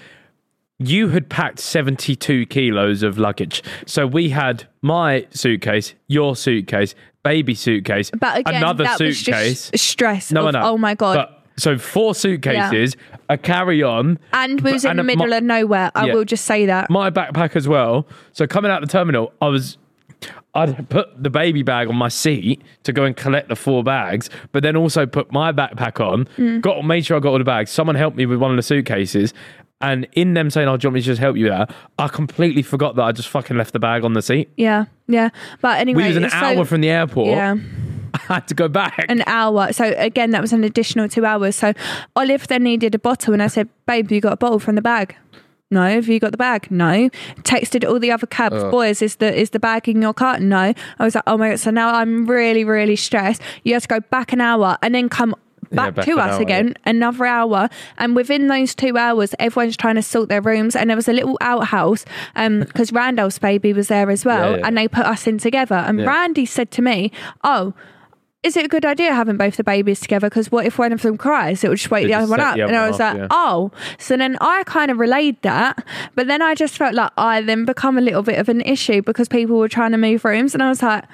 Speaker 2: You had packed seventy-two kilos of luggage, so we had my suitcase, your suitcase, baby suitcase,
Speaker 3: But again,
Speaker 2: another
Speaker 3: that
Speaker 2: suitcase.
Speaker 3: was just stress.
Speaker 2: no,
Speaker 3: of,
Speaker 2: no.
Speaker 3: Oh my god.
Speaker 2: But, so four suitcases, a carry-on,
Speaker 3: and we was
Speaker 2: but-
Speaker 3: in the
Speaker 2: and a-
Speaker 3: middle
Speaker 2: my-
Speaker 3: of nowhere. I
Speaker 2: Yeah.
Speaker 3: will just say that.
Speaker 2: my backpack as well. So coming out the terminal, I was I'd put the baby bag on my seat to go and collect the four bags, but then also put my backpack on,
Speaker 3: Mm.
Speaker 2: got made sure I got all the bags. Someone helped me with one of the suitcases. And in them saying, Oh, do you want me to just help you out? I completely forgot that I just fucking left the bag on the seat.
Speaker 3: yeah, yeah. But anyway,
Speaker 2: we was an
Speaker 3: it's so-
Speaker 2: hour from the airport.
Speaker 3: Yeah,
Speaker 2: I had to go back.
Speaker 3: an hour. So again, that was an additional two hours. So Olive then needed a bottle, and I said, "Babe, you got a bottle from the bag." No, have you got the bag? No. Texted all the other cab
Speaker 2: Oh.
Speaker 3: boys, is the is the bag in your cart? No. I was like, oh my god. So now I'm really really stressed. You have to go back an hour and then come back,
Speaker 2: back
Speaker 3: to
Speaker 2: an
Speaker 3: us
Speaker 2: hour,
Speaker 3: again another hour. And within those two hours, everyone's trying to sort their rooms. And there was a little outhouse because Randall's baby was there as well,
Speaker 2: Yeah, yeah.
Speaker 3: and they put us in together. And Randy said to me, "Oh." is it a good idea having both the babies together? Because what if one of them cries? It would just wake
Speaker 2: It
Speaker 3: the
Speaker 2: just
Speaker 3: other one
Speaker 2: set
Speaker 3: up.
Speaker 2: the other
Speaker 3: And I
Speaker 2: one
Speaker 3: was
Speaker 2: up,
Speaker 3: like,
Speaker 2: yeah.
Speaker 3: oh. So then I kind of relayed that. But then I just felt like I then become a little bit of an issue because people were trying to move rooms. And I was like,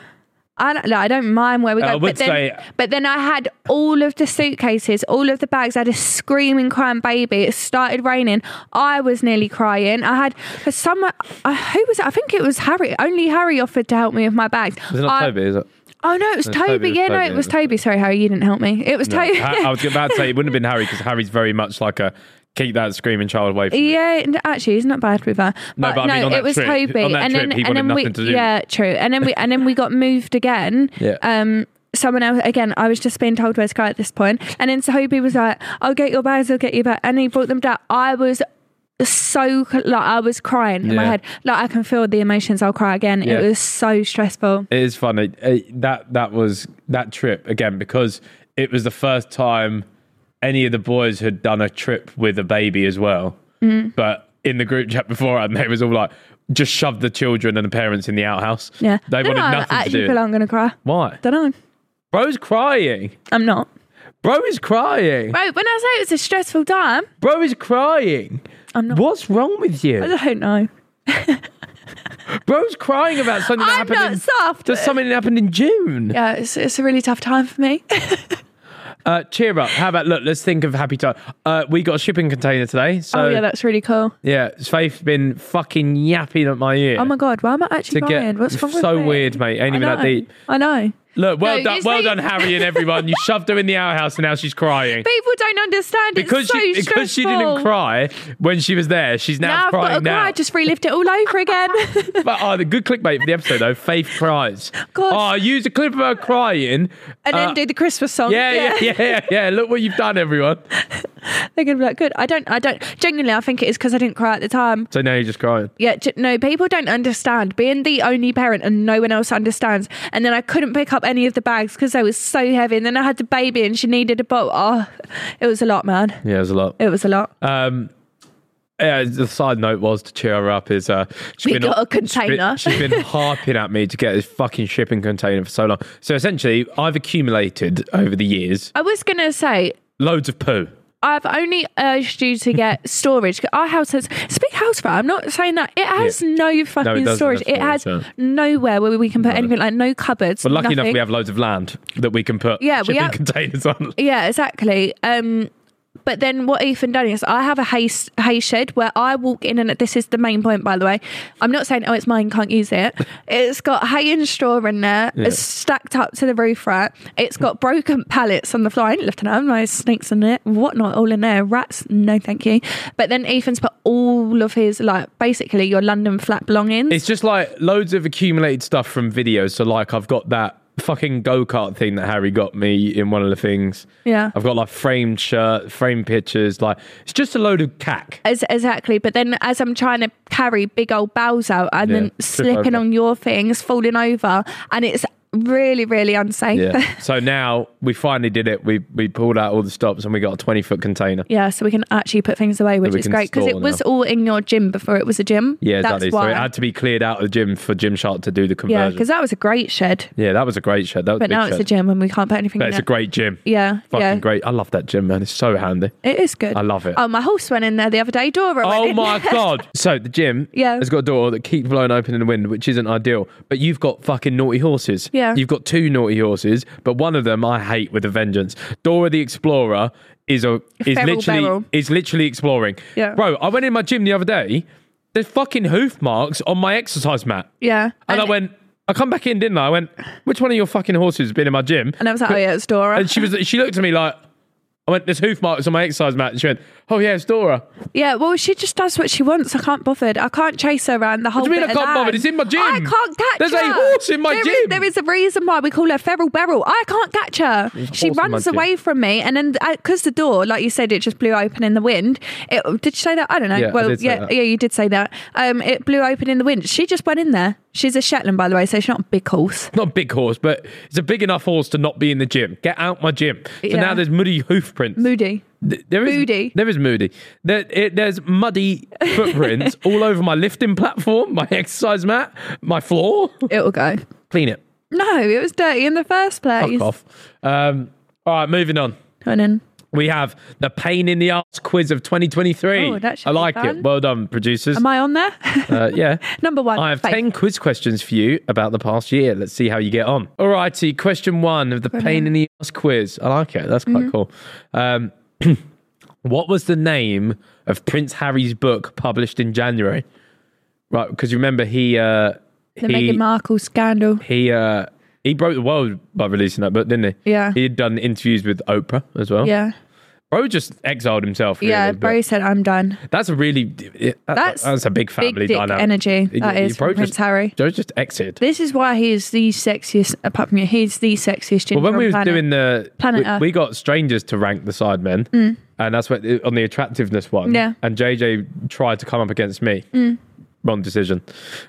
Speaker 3: I don't, like, I don't mind where we go.
Speaker 2: I would
Speaker 3: but, then,
Speaker 2: say-
Speaker 3: but then I had all of the suitcases, all of the bags. I had a screaming, crying baby. It started raining. I was nearly crying. I had, for some, uh, who was it? I think it was Harry. Only Harry offered to help me with my bags.
Speaker 2: It's not
Speaker 3: I-
Speaker 2: Toby, is it?
Speaker 3: Oh no, it was
Speaker 2: No,
Speaker 3: Toby.
Speaker 2: Toby, it was
Speaker 3: Yeah, no,
Speaker 2: Toby,
Speaker 3: it
Speaker 2: yeah,
Speaker 3: was
Speaker 2: it was
Speaker 3: Toby. Sorry, Harry, you didn't help me. It was
Speaker 2: No.
Speaker 3: Toby.
Speaker 2: I, I was about to say it wouldn't have been Harry because Harry's very much like a keep that screaming child away from me.
Speaker 3: Yeah, n- actually, he's not bad with her.
Speaker 2: No, but I mean, on
Speaker 3: it
Speaker 2: that
Speaker 3: was
Speaker 2: trip-
Speaker 3: Toby,
Speaker 2: on that
Speaker 3: and
Speaker 2: trip,
Speaker 3: then
Speaker 2: he
Speaker 3: and
Speaker 2: wanted
Speaker 3: then we
Speaker 2: nothing to do.
Speaker 3: yeah, true, and then we and then we got moved again.
Speaker 2: Yeah.
Speaker 3: Um, someone else again. I was just being told where to go at this point, and then Toby was like, "I'll get your bags, I'll get you back," and he brought them down. I was so c- like I was crying in my
Speaker 2: Yeah.
Speaker 3: head. Like I can feel the emotions. I'll cry again.
Speaker 2: Yeah.
Speaker 3: It was so stressful.
Speaker 2: It is funny Uh, that that was that trip again because it was the first time any of the boys had done a trip with a baby as well.
Speaker 3: Mm-hmm.
Speaker 2: But in the group chat beforehand, they was all like, "Just shove the children and the parents in the outhouse."
Speaker 3: Yeah,
Speaker 2: they
Speaker 3: Don't
Speaker 2: wanted
Speaker 3: know, I
Speaker 2: nothing to
Speaker 3: actually
Speaker 2: do.
Speaker 3: feel like I'm gonna cry.
Speaker 2: Why?
Speaker 3: Don't know.
Speaker 2: Bro's crying.
Speaker 3: I'm not.
Speaker 2: Bro is crying.
Speaker 3: Right, when I say it was a stressful time,
Speaker 2: Bro is crying.
Speaker 3: I'm not.
Speaker 2: What's wrong with
Speaker 3: I
Speaker 2: you?
Speaker 3: don't know.
Speaker 2: Bro's crying about something that
Speaker 3: I'm
Speaker 2: happened.
Speaker 3: not
Speaker 2: in,
Speaker 3: soft.
Speaker 2: There's something that happened in June.
Speaker 3: Yeah, it's, it's a really tough time for me.
Speaker 2: Uh, cheer up. How about look? Let's think of happy time. Uh, we got a shipping container today. So
Speaker 3: oh yeah, that's really cool.
Speaker 2: Yeah, Faith's been fucking yapping at my ear.
Speaker 3: Oh my god, why am I actually
Speaker 2: To get-
Speaker 3: crying? What's wrong with
Speaker 2: so
Speaker 3: me?
Speaker 2: weird, mate. Ain't
Speaker 3: I
Speaker 2: even that
Speaker 3: know.
Speaker 2: deep.
Speaker 3: I know.
Speaker 2: Look, well
Speaker 3: No,
Speaker 2: done,
Speaker 3: you
Speaker 2: well
Speaker 3: see-
Speaker 2: done, Harry and everyone. You shoved her in the outhouse, and now she's crying
Speaker 3: People don't understand.
Speaker 2: because
Speaker 3: it's so
Speaker 2: she because she didn't
Speaker 3: stressful.
Speaker 2: cry when she was there. She's now,
Speaker 3: Now I've got
Speaker 2: crying
Speaker 3: to
Speaker 2: now.
Speaker 3: cry. I just relived it all over again.
Speaker 2: But oh, the good clickbait for the episode though. Faith cries.
Speaker 3: God.
Speaker 2: Oh, use a clip of her crying.
Speaker 3: and then
Speaker 2: Uh,
Speaker 3: do the Christmas song.
Speaker 2: yeah, yeah, yeah, yeah, yeah. Look what you've done, everyone.
Speaker 3: They're gonna be like, good. I don't. I don't. Genuinely, I think it is because I didn't cry at the time.
Speaker 2: So now you're just crying.
Speaker 3: Yeah, j- no, people don't understand being the only parent and no one else understands. And then I couldn't pick up any of the bags because they were so heavy. And then I had the baby and she needed a bottle. Oh, it was a lot, man.
Speaker 2: Yeah, there's a lot.
Speaker 3: It was a lot.
Speaker 2: Um, yeah, the side note was to cheer her up is uh, she's
Speaker 3: We got a container.
Speaker 2: She's been, she's been harping at me to get this fucking shipping container for so long. So essentially, I've accumulated over the years
Speaker 3: I was gonna say
Speaker 2: loads of poo.
Speaker 3: I've only urged you to get storage. Our house has it's a big house, right? I'm not saying that it has no fucking
Speaker 2: doesn't
Speaker 3: storage.
Speaker 2: have
Speaker 3: It has
Speaker 2: storage,
Speaker 3: nowhere where we can put anything, like no cupboards.
Speaker 2: But lucky enough,
Speaker 3: nothing.
Speaker 2: we have loads of land that we can put
Speaker 3: Yeah, we
Speaker 2: shipping
Speaker 3: have-
Speaker 2: containers on.
Speaker 3: Yeah, exactly. Um, But then what Ethan done is I have a hay, hay shed where I walk in and this is the main point by the way. I'm not saying oh it's mine, can't use it. It's got hay and straw in there. It's stacked up to the roof right. It's got broken pallets on the floor. I ain't lifting them. My snakes in it, whatnot, all in there. Rats, no thank you. But then Ethan's put all of his like basically your London flat belongings.
Speaker 2: It's just like loads of accumulated stuff from videos. So like I've got that fucking go-kart thing that Harry got me in one of the things.
Speaker 3: Yeah.
Speaker 2: I've got like framed shirt, framed pictures, like it's just a load of cack.
Speaker 3: As, exactly. But then as I'm trying to carry big old bowls out and
Speaker 2: Yeah,
Speaker 3: then
Speaker 2: trip
Speaker 3: slipping
Speaker 2: over.
Speaker 3: on your things, falling over, and it's really, really unsafe. Yeah.
Speaker 2: Yeah. so now we finally did it. We we pulled out all the stops and we got a 20 foot container.
Speaker 3: so we can actually put things away, which
Speaker 2: we
Speaker 3: is
Speaker 2: can
Speaker 3: great because
Speaker 2: store
Speaker 3: it was
Speaker 2: now.
Speaker 3: all in your gym before it was a gym.
Speaker 2: Yeah,
Speaker 3: that's
Speaker 2: exactly. So
Speaker 3: why.
Speaker 2: it had to be cleared out of the gym for Gymshark to do the
Speaker 3: yeah,
Speaker 2: conversion.
Speaker 3: because that was a great shed,
Speaker 2: Yeah, that was a great shed. That was
Speaker 3: but
Speaker 2: a big
Speaker 3: now it's
Speaker 2: shed.
Speaker 3: a gym and we can't put anything.
Speaker 2: But
Speaker 3: in
Speaker 2: it's
Speaker 3: it.
Speaker 2: a great gym.
Speaker 3: Yeah,
Speaker 2: Fucking
Speaker 3: yeah.
Speaker 2: great. I love that gym, man. It's so handy.
Speaker 3: It is good.
Speaker 2: I love it.
Speaker 3: Oh, my horse went in there the other day. Dora. went
Speaker 2: Oh
Speaker 3: in
Speaker 2: my
Speaker 3: there.
Speaker 2: god! So the gym
Speaker 3: Yeah.
Speaker 2: has got a door that keeps blowing open in the wind, which isn't ideal. But you've got fucking naughty horses.
Speaker 3: Yeah.
Speaker 2: You've got two naughty horses, but one of them I hate with a vengeance. Dora the Explorer is a is
Speaker 3: Feral
Speaker 2: literally
Speaker 3: Beryl.
Speaker 2: is literally exploring.
Speaker 3: Yeah.
Speaker 2: Bro, I went in my gym the other day. There's fucking hoof marks on my exercise mat.
Speaker 3: Yeah,
Speaker 2: And, I went. I come back in, didn't I? I went. Which one of your fucking horses has been in my gym?
Speaker 3: and I was like, oh yeah, it's Dora.
Speaker 2: And she was. She looked at me like. I went. There's hoof marks on my exercise mat. And she went. Oh yeah, it's Dora.
Speaker 3: Yeah, well, she just does what she wants. I can't bothered. I can't chase her around the whole.
Speaker 2: do you mean
Speaker 3: bit
Speaker 2: I
Speaker 3: of
Speaker 2: can't
Speaker 3: land.
Speaker 2: bothered? It's in my gym.
Speaker 3: I can't catch
Speaker 2: There's
Speaker 3: her.
Speaker 2: a horse in my
Speaker 3: There is-
Speaker 2: gym.
Speaker 3: there is a reason why we call her Feral Beryl. I can't catch her. She
Speaker 2: horse in my
Speaker 3: runs
Speaker 2: gym.
Speaker 3: away from me, and then because the door, like you said, it just blew open in the wind. It, did you say that? I don't know.
Speaker 2: Yeah, I
Speaker 3: well,
Speaker 2: did say
Speaker 3: yeah,
Speaker 2: that.
Speaker 3: yeah, you did say that. Um, it blew open in the wind. She just went in there. She's a Shetland, by the way, so she's not a big horse.
Speaker 2: not a big horse, but it's a big enough horse to not be in the gym. Get out my gym. So
Speaker 3: Yeah.
Speaker 2: now there's muddy hoof prints.
Speaker 3: Moody.
Speaker 2: Th- there is,
Speaker 3: moody.
Speaker 2: There is moody. There, it, there's muddy footprints all over my lifting platform, my exercise mat, my floor.
Speaker 3: It will go.
Speaker 2: Clean it.
Speaker 3: No, it was dirty in the first
Speaker 2: Fuck
Speaker 3: place.
Speaker 2: off. Um, all right, moving on.
Speaker 3: And then
Speaker 2: We have the pain in the arse quiz of 2023.
Speaker 3: Oh, that should
Speaker 2: I
Speaker 3: be
Speaker 2: like
Speaker 3: fun.
Speaker 2: it. Well done, producers.
Speaker 3: am I on there?
Speaker 2: Uh, yeah.
Speaker 3: Number one,
Speaker 2: I have
Speaker 3: faith.
Speaker 2: 10 quiz questions for you about the past year. Let's see how you get on. All righty. Question one of the pain in the ass quiz. I like it. That's
Speaker 3: Mm-hmm.
Speaker 2: quite cool. Um, what was the name of Prince Harry's book published in January? Right. Because you remember he. Uh, he,
Speaker 3: the Meghan Markle scandal.
Speaker 2: he uh he broke the world by releasing that book, didn't he?
Speaker 3: Yeah.
Speaker 2: He had done interviews with Oprah as well.
Speaker 3: Yeah.
Speaker 2: Bro just exiled himself. Really,
Speaker 3: Yeah,
Speaker 2: but
Speaker 3: Barry said, I'm done.
Speaker 2: That's a really that's,
Speaker 3: That's
Speaker 2: that's a big family
Speaker 3: big dick
Speaker 2: dynamic.
Speaker 3: energy, that is,
Speaker 2: Bro
Speaker 3: from Prince
Speaker 2: just,
Speaker 3: Harry.
Speaker 2: Bro just exited.
Speaker 3: This is why he is the sexiest, apart from you, he's the sexiest ginger
Speaker 2: Well, when
Speaker 3: on
Speaker 2: we was
Speaker 3: planet.
Speaker 2: doing the
Speaker 3: Planet
Speaker 2: we,
Speaker 3: Earth. Mm.
Speaker 2: we got strangers to rank the side men, and that's what on the attractiveness one.
Speaker 3: Yeah. Mm.
Speaker 2: and JJ tried to come up against me. Wrong decision,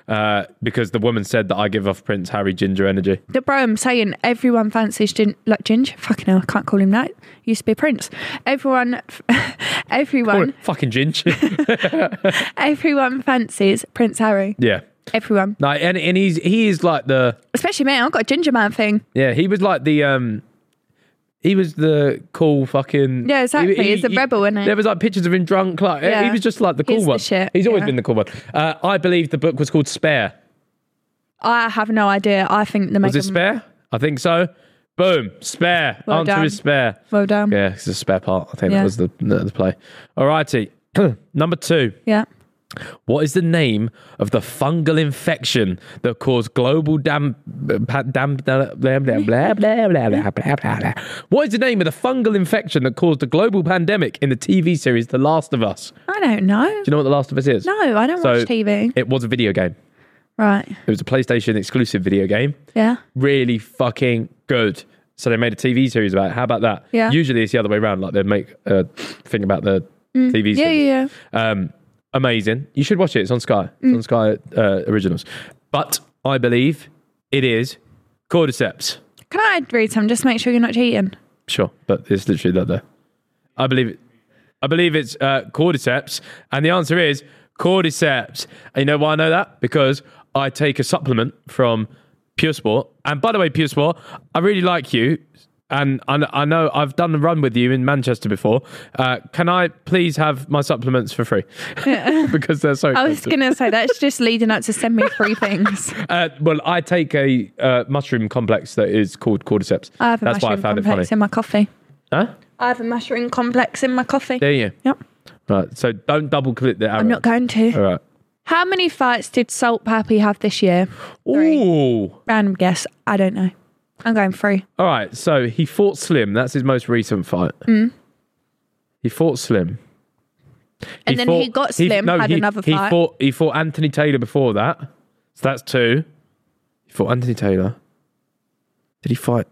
Speaker 2: uh, because the woman said that I give off Prince Harry ginger energy.
Speaker 3: The bro, I'm saying everyone fancies gin- like ginger. Fucking hell, I can't call him that. He used to be a prince. Everyone,
Speaker 2: Oh,
Speaker 3: everyone,
Speaker 2: fucking ginger.
Speaker 3: everyone fancies Prince Harry.
Speaker 2: yeah,
Speaker 3: Everyone,
Speaker 2: no, and and he's he is like the
Speaker 3: especially me. I've got a ginger man thing.
Speaker 2: yeah he was like the um. He was the cool fucking.
Speaker 3: Yeah, exactly. He's the rebel, innit?
Speaker 2: There was like pictures of him drunk. Like he
Speaker 3: Yeah.
Speaker 2: was just like the cool
Speaker 3: He's the
Speaker 2: one.
Speaker 3: shit,
Speaker 2: He's always
Speaker 3: yeah.
Speaker 2: been the cool one. Uh, I believe the book was called Spare.
Speaker 3: I have no idea. I think the
Speaker 2: Was it
Speaker 3: Meghan.
Speaker 2: spare? I think so. Boom, spare.
Speaker 3: Well
Speaker 2: Answer
Speaker 3: done.
Speaker 2: is spare.
Speaker 3: well done. Yeah.
Speaker 2: Yeah, it's a spare part. I think that
Speaker 3: Yeah.
Speaker 2: was the, the, the play. All righty. Number two. What is the name of the fungal infection that caused global dam, uh, pa- dam, da- blah, blah, blah, blah, blah, blah, blah, blah, blah. What is the name of the fungal infection that caused a global pandemic in the TV series The Last of Us? Do
Speaker 3: I don't know.
Speaker 2: you know what The Last of Us is?
Speaker 3: No, I don't watch TV.
Speaker 2: It was a video game.
Speaker 3: Right.
Speaker 2: It was a PlayStation exclusive video game
Speaker 3: Yeah.
Speaker 2: really fucking good. So they made a TV series about it. How about that?
Speaker 3: Yeah.
Speaker 2: Usually it's the other way around. Like they make a thing about the TV series.
Speaker 3: Mm. Yeah, yeah, yeah.
Speaker 2: Um, amazing. You should watch it. It's on Sky. It's
Speaker 3: Mm.
Speaker 2: on Sky uh, Originals. But I believe it is cordyceps.
Speaker 3: Can I read some? Just make sure you're not cheating.
Speaker 2: Sure, but it's literally that there. I believe it. I believe it's uh, cordyceps, and the answer is cordyceps. And you know why I know that? Because I take a supplement from Pure Sport. And by the way, Pure Sport, I really like you, and I, I know I've done a run with you in Manchester before. Uh, can I please have my supplements for free? because they're so.
Speaker 3: I was
Speaker 2: expensive.
Speaker 3: going to say that's just leading up to send me free things.
Speaker 2: Uh, well, I take a uh, mushroom complex that is called cordyceps.
Speaker 3: I have a
Speaker 2: That's why I
Speaker 3: mushroom
Speaker 2: found it
Speaker 3: complex
Speaker 2: funny.
Speaker 3: in my coffee.
Speaker 2: Huh?
Speaker 3: I have a mushroom complex in my coffee.
Speaker 2: There you.
Speaker 3: Yep.
Speaker 2: Right. So don't double click the arrow.
Speaker 3: I'm not going
Speaker 2: All
Speaker 3: to.
Speaker 2: right.
Speaker 3: How many fights did Salt Pappy have this year? Three.
Speaker 2: Ooh.
Speaker 3: Random guess. I don't know. I'm going three.
Speaker 2: All right. So he fought Slim. That's his most recent fight. He fought Slim.
Speaker 3: And then he got Slim, had another
Speaker 2: He
Speaker 3: fight.
Speaker 2: fought, he fought Anthony Taylor before that. So that's two. He fought Anthony Taylor. Did he fight?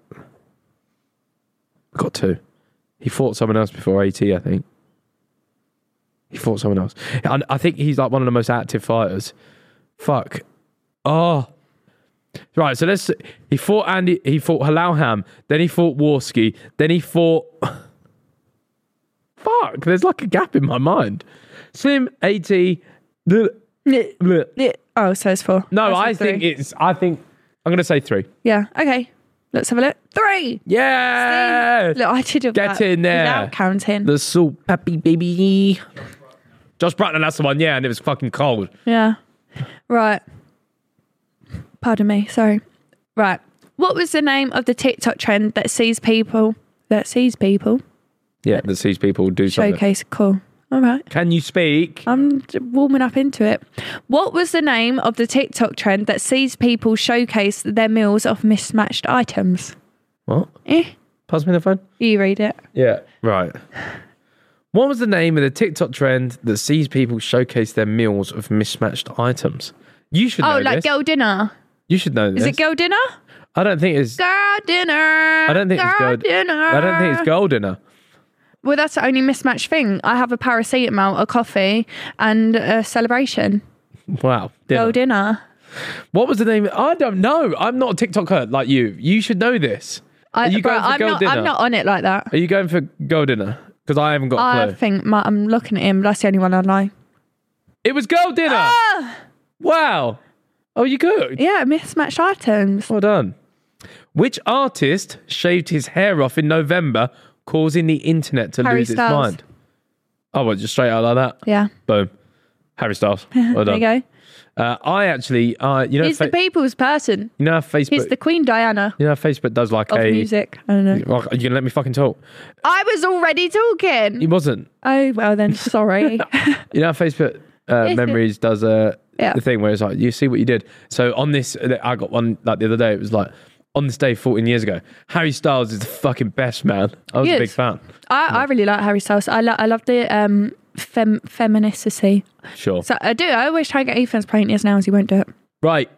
Speaker 2: Got two. He fought someone else before AT, I think. He fought someone else. And I think he's like one of the most active fighters. Fuck. Oh. Right, so let's. He fought Andy. He fought Halal Ham. Then he fought Warski. Then he fought. Fuck. There's like a gap in my mind. Slim eighty. No,
Speaker 3: Yeah. Oh, so it's four. said
Speaker 2: I think
Speaker 3: three.
Speaker 2: it's. I think I'm gonna say three.
Speaker 3: Yeah. Okay. Let's have a look. Three.
Speaker 2: Yeah.
Speaker 3: Look, I did have
Speaker 2: Get
Speaker 3: that
Speaker 2: in there.
Speaker 3: Without counting.
Speaker 2: The salt puppy baby. Josh Bratton, that's the one. Yeah, and it was fucking cold.
Speaker 3: Yeah. Right. Pardon me. Sorry. Right. What was the name of the TikTok trend that sees people that sees people
Speaker 2: Yeah, that sees people do something.
Speaker 3: showcase? Cool. All right.
Speaker 2: Can you speak?
Speaker 3: I'm d- warming up into it. What was the name of the TikTok trend that sees people showcase their meals of mismatched items?
Speaker 2: what?
Speaker 3: Eh,
Speaker 2: Pass me the phone.
Speaker 3: you read it.
Speaker 2: Yeah. Right. What was the name of the TikTok trend that sees people showcase their meals of mismatched items? You should know
Speaker 3: oh, like
Speaker 2: this.
Speaker 3: girl dinner.
Speaker 2: you should know this.
Speaker 3: Is it girl dinner?
Speaker 2: I don't think it's.
Speaker 3: Girl dinner. I
Speaker 2: I don't think
Speaker 3: girl
Speaker 2: it's gold.
Speaker 3: dinner.
Speaker 2: I don't think it's gold dinner.
Speaker 3: Well, that's the only mismatched thing. I have a paracetamol, a coffee, and a celebration.
Speaker 2: Wow. Dinner.
Speaker 3: Go dinner.
Speaker 2: What was the name? I don't know. I'm not a TikToker like you. You should know this.
Speaker 3: I,
Speaker 2: Are you
Speaker 3: bro,
Speaker 2: going for
Speaker 3: I'm
Speaker 2: gold
Speaker 3: not.
Speaker 2: dinner?
Speaker 3: I'm not on it like that.
Speaker 2: Are you going for gold dinner? Because I haven't got a
Speaker 3: I
Speaker 2: clue.
Speaker 3: think my, I'm looking at him. That's the only one I know.
Speaker 2: It was gold dinner.
Speaker 3: Ah!
Speaker 2: Wow. Oh, you good.
Speaker 3: Yeah, mismatched items.
Speaker 2: Well done. Which artist shaved his hair off in November, causing the internet to
Speaker 3: Harry
Speaker 2: lose its
Speaker 3: Styles.
Speaker 2: mind? Oh, well, just straight out like that.
Speaker 3: Yeah,
Speaker 2: Boom. Harry Styles. Well
Speaker 3: there
Speaker 2: done.
Speaker 3: you go.
Speaker 2: Uh, I actually, uh, you know,
Speaker 3: He's the
Speaker 2: fa-
Speaker 3: people's person.
Speaker 2: you know, how Facebook.
Speaker 3: He's the Queen Diana
Speaker 2: you know, how Facebook does like
Speaker 3: of
Speaker 2: a.
Speaker 3: music. I don't know.
Speaker 2: Oh, Are you gonna let me fucking talk?
Speaker 3: I was already
Speaker 2: He
Speaker 3: talking.
Speaker 2: wasn't.
Speaker 3: Oh well, then sorry.
Speaker 2: You know, how Facebook uh,
Speaker 3: Yes,
Speaker 2: memories does a
Speaker 3: Yeah.
Speaker 2: the thing where it's like you see what you did. So on this, I got one like the other day. It was like on this day 14 years ago. Harry Styles is the fucking best man. I was
Speaker 3: He
Speaker 2: a big
Speaker 3: is.
Speaker 2: fan.
Speaker 3: I, I really like Harry Styles. I, lo- I love the um fem- feminicity.
Speaker 2: Sure.
Speaker 3: So I do. I always try and get Ethan's point as now as he won't do it.
Speaker 2: Right.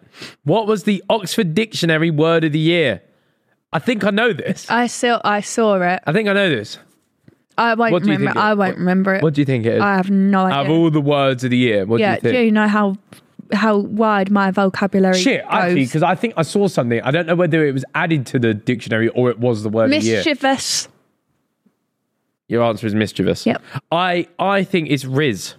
Speaker 2: What was the Oxford Dictionary word of the year? I think I know this.
Speaker 3: I saw. I saw it.
Speaker 2: I think I know this.
Speaker 3: I won't
Speaker 2: What do you
Speaker 3: remember.
Speaker 2: think it-
Speaker 3: I won't
Speaker 2: what-
Speaker 3: remember it.
Speaker 2: What do you think it is?
Speaker 3: I have no idea.
Speaker 2: Out of all the words of the year, what do
Speaker 3: yeah,
Speaker 2: you
Speaker 3: do
Speaker 2: think?
Speaker 3: you know how how wide my vocabulary
Speaker 2: Shit,
Speaker 3: goes?
Speaker 2: actually, because I think I saw something. I don't know whether it was added to the dictionary or it was the word of the year.
Speaker 3: mischievous.
Speaker 2: Your answer is mischievous.
Speaker 3: Yep.
Speaker 2: I I think it's Riz.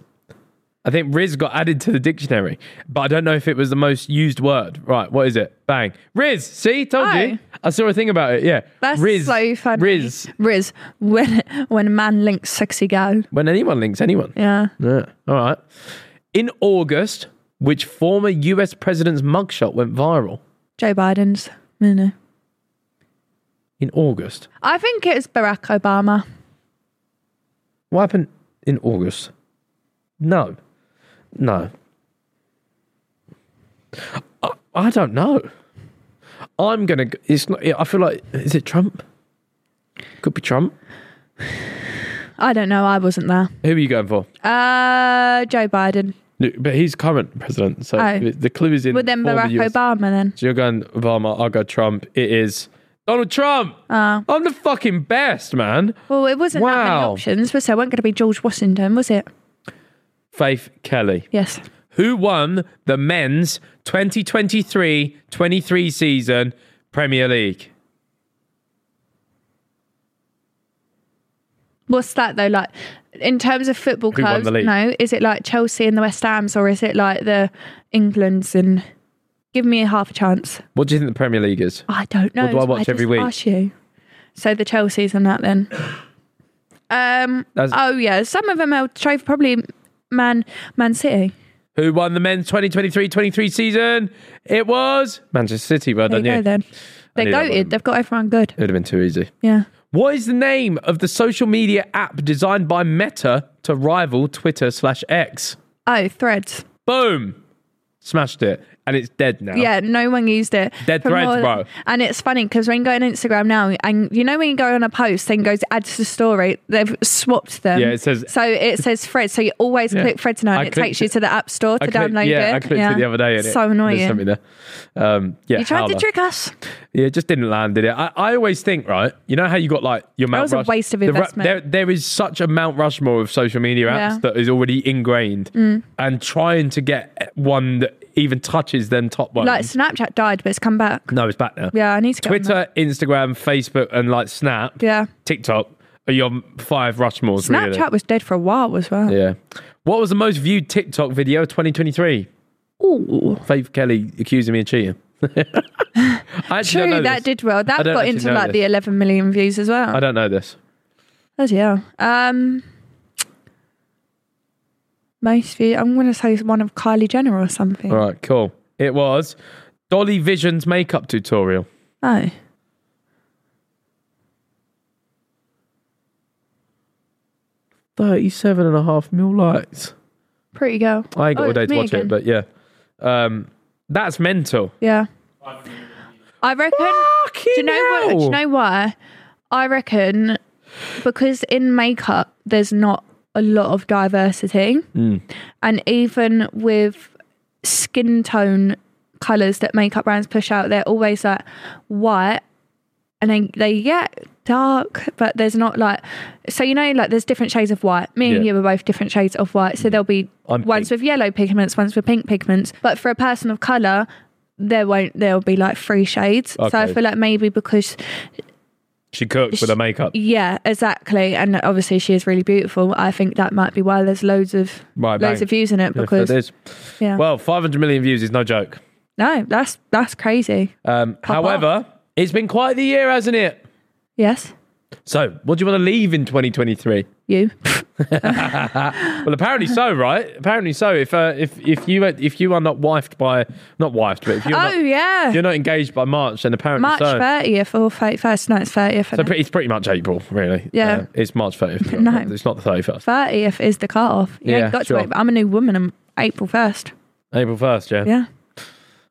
Speaker 2: I think Riz got added to the dictionary, but I don't know if it was the most used word. Right, what is it? Bang. Riz. See, told you. I saw a thing about it. Yeah.
Speaker 3: Oh. That's
Speaker 2: Riz.
Speaker 3: so funny.
Speaker 2: Riz.
Speaker 3: Riz. When when a man links sexy girl.
Speaker 2: When anyone links anyone.
Speaker 3: Yeah.
Speaker 2: Yeah. All right. In August, which former US president's mugshot went viral?
Speaker 3: Joe Biden's. You know.
Speaker 2: In August.
Speaker 3: I think it was Barack Obama.
Speaker 2: What happened in August? No. No. I, I don't know. I'm going to. It's not. I feel like. Is it Trump? Could be Trump.
Speaker 3: I don't know. I wasn't there.
Speaker 2: Who are you going for?
Speaker 3: Uh, Joe Biden.
Speaker 2: No, But he's current president. So
Speaker 3: Oh.
Speaker 2: the clue is in.
Speaker 3: Well, then
Speaker 2: former
Speaker 3: Barack
Speaker 2: US.
Speaker 3: Obama. Then
Speaker 2: So you're going Obama. I'll go Trump. It is Donald Trump.
Speaker 3: Ah.
Speaker 2: I'm the fucking best, man.
Speaker 3: well, it wasn't that many
Speaker 2: Wow.
Speaker 3: options, was there? It wasn't going to be George Washington, was it?
Speaker 2: Faith Kelly.
Speaker 3: Yes.
Speaker 2: Who won the men's 2023 23 season Premier League?
Speaker 3: What's that though? Like in terms of football
Speaker 2: Who won
Speaker 3: clubs,
Speaker 2: the league?
Speaker 3: no. Is it like Chelsea and the West Ham's, or is it like the England's and? Give me half a chance.
Speaker 2: What do you think the Premier League is?
Speaker 3: I don't
Speaker 2: What do
Speaker 3: know.
Speaker 2: I
Speaker 3: That's why
Speaker 2: watch every
Speaker 3: just
Speaker 2: week?
Speaker 3: asked you. So the Chelsea's and that then. Um.
Speaker 2: That's-
Speaker 3: oh yeah, some of them are try probably Man Man City.
Speaker 2: Who won the men's 2023 23 season? It was Manchester City. Well
Speaker 3: There
Speaker 2: done,
Speaker 3: you
Speaker 2: yeah.
Speaker 3: go then. They're
Speaker 2: knew that one.
Speaker 3: goated. They've got everyone good.
Speaker 2: It would have been too easy.
Speaker 3: Yeah.
Speaker 2: What is the name of the social media app designed by Meta to rival Twitter slash X?
Speaker 3: Oh, threads.
Speaker 2: Boom! Smashed it. And it's dead now.
Speaker 3: Yeah, no one used it.
Speaker 2: Dead
Speaker 3: For
Speaker 2: threads,
Speaker 3: more-
Speaker 2: bro.
Speaker 3: And it's funny because when you go on Instagram now, and you know when you go on a post and go to add to the story, they've swapped them.
Speaker 2: Yeah, it says-
Speaker 3: So it says threads. So you always
Speaker 2: Yeah.
Speaker 3: click threads now,
Speaker 2: I
Speaker 3: and it
Speaker 2: clicked
Speaker 3: takes you
Speaker 2: it-
Speaker 3: to the app store to
Speaker 2: I clicked-
Speaker 3: download
Speaker 2: yeah,
Speaker 3: it.
Speaker 2: I clicked it the other day. And it-
Speaker 3: so
Speaker 2: There's
Speaker 3: annoying.
Speaker 2: something there. Um, yeah,
Speaker 3: You tried to
Speaker 2: howler.
Speaker 3: trick us.
Speaker 2: Yeah, it just didn't land, did it? I, I always think, right? You know how you got like your Mount
Speaker 3: was a
Speaker 2: Rush-
Speaker 3: waste of
Speaker 2: the Ru-
Speaker 3: investment.
Speaker 2: there, there is such a Mount Rushmore of social media apps
Speaker 3: Yeah. Mm.
Speaker 2: that is already ingrained, and trying to get one that even touches them top ones.
Speaker 3: Like Snapchat died, but it's come back.
Speaker 2: no, it's back now.
Speaker 3: Yeah, I need to get on
Speaker 2: Twitter, Instagram, Facebook, and like Snap,
Speaker 3: Yeah.
Speaker 2: TikTok are your five Rushmores.
Speaker 3: Snapchat
Speaker 2: really.
Speaker 3: was dead for a while as well.
Speaker 2: Yeah. What was the most viewed TikTok video of 2023?
Speaker 3: Ooh.
Speaker 2: Faith Kelly accusing me of cheating. I actually don't know
Speaker 3: True, that
Speaker 2: this.
Speaker 3: did well.
Speaker 2: I
Speaker 3: That
Speaker 2: don't
Speaker 3: got
Speaker 2: actually
Speaker 3: into
Speaker 2: know
Speaker 3: like the
Speaker 2: this.
Speaker 3: 11 million views as well.
Speaker 2: I don't know this.
Speaker 3: Bloody hell. Um, most view. I'm going to say it's one of Kylie Jenner or something.
Speaker 2: All right, cool. It was Dolly Vision's makeup tutorial.
Speaker 3: Oh.
Speaker 2: Thirty-seven and a half mil likes.
Speaker 3: Pretty girl.
Speaker 2: I ain't got
Speaker 3: Oh,
Speaker 2: all day
Speaker 3: it's
Speaker 2: to
Speaker 3: me
Speaker 2: watch
Speaker 3: again.
Speaker 2: it, but yeah. Um, that's mental.
Speaker 3: Yeah. I reckon. Do you know what? Do you know why? I reckon because in makeup there's not a lot of diversity, and even with skin tone colors that makeup brands push out, they're always like white, and then they get dark, but there's not like so you know like there's different shades of white. Me and
Speaker 2: Yeah.
Speaker 3: you were both different shades of white, so there'll be
Speaker 2: I'm
Speaker 3: ones
Speaker 2: pink.
Speaker 3: with yellow pigments, ones with pink pigments, but for a person of color. There won't. There'll be like three shades. So I
Speaker 2: Okay.
Speaker 3: feel like maybe because
Speaker 2: She cooked with her makeup.
Speaker 3: yeah, exactly. And obviously she is really beautiful. I think that might be why there's loads of
Speaker 2: Right,
Speaker 3: loads
Speaker 2: bang.
Speaker 3: of views in it
Speaker 2: If
Speaker 3: because
Speaker 2: it is.
Speaker 3: yeah.
Speaker 2: Well, 500 million views is no joke.
Speaker 3: no, that's that's crazy.
Speaker 2: Um, however, it's been quite the year, hasn't it?
Speaker 3: Yes.
Speaker 2: So, what do you want to leave in 2023?
Speaker 3: You.
Speaker 2: Well, apparently so, right? Apparently so. If uh, if if you if you are not wifed by not wifed, but if you're
Speaker 3: oh
Speaker 2: not,
Speaker 3: yeah.
Speaker 2: if you're not engaged by March, then apparently
Speaker 3: March
Speaker 2: so.
Speaker 3: thirtieth or thirty-first. No, it's thirtieth.
Speaker 2: So pre- it's pretty much April, really.
Speaker 3: Yeah.
Speaker 2: Uh, it's March 30th.
Speaker 3: No.
Speaker 2: It's not the 31st.
Speaker 3: Thirtieth is the cut-off. You
Speaker 2: Yeah,
Speaker 3: ain't got
Speaker 2: sure.
Speaker 3: to it. But I'm a new woman. I'm April first.
Speaker 2: April 1st, yeah.
Speaker 3: Yeah.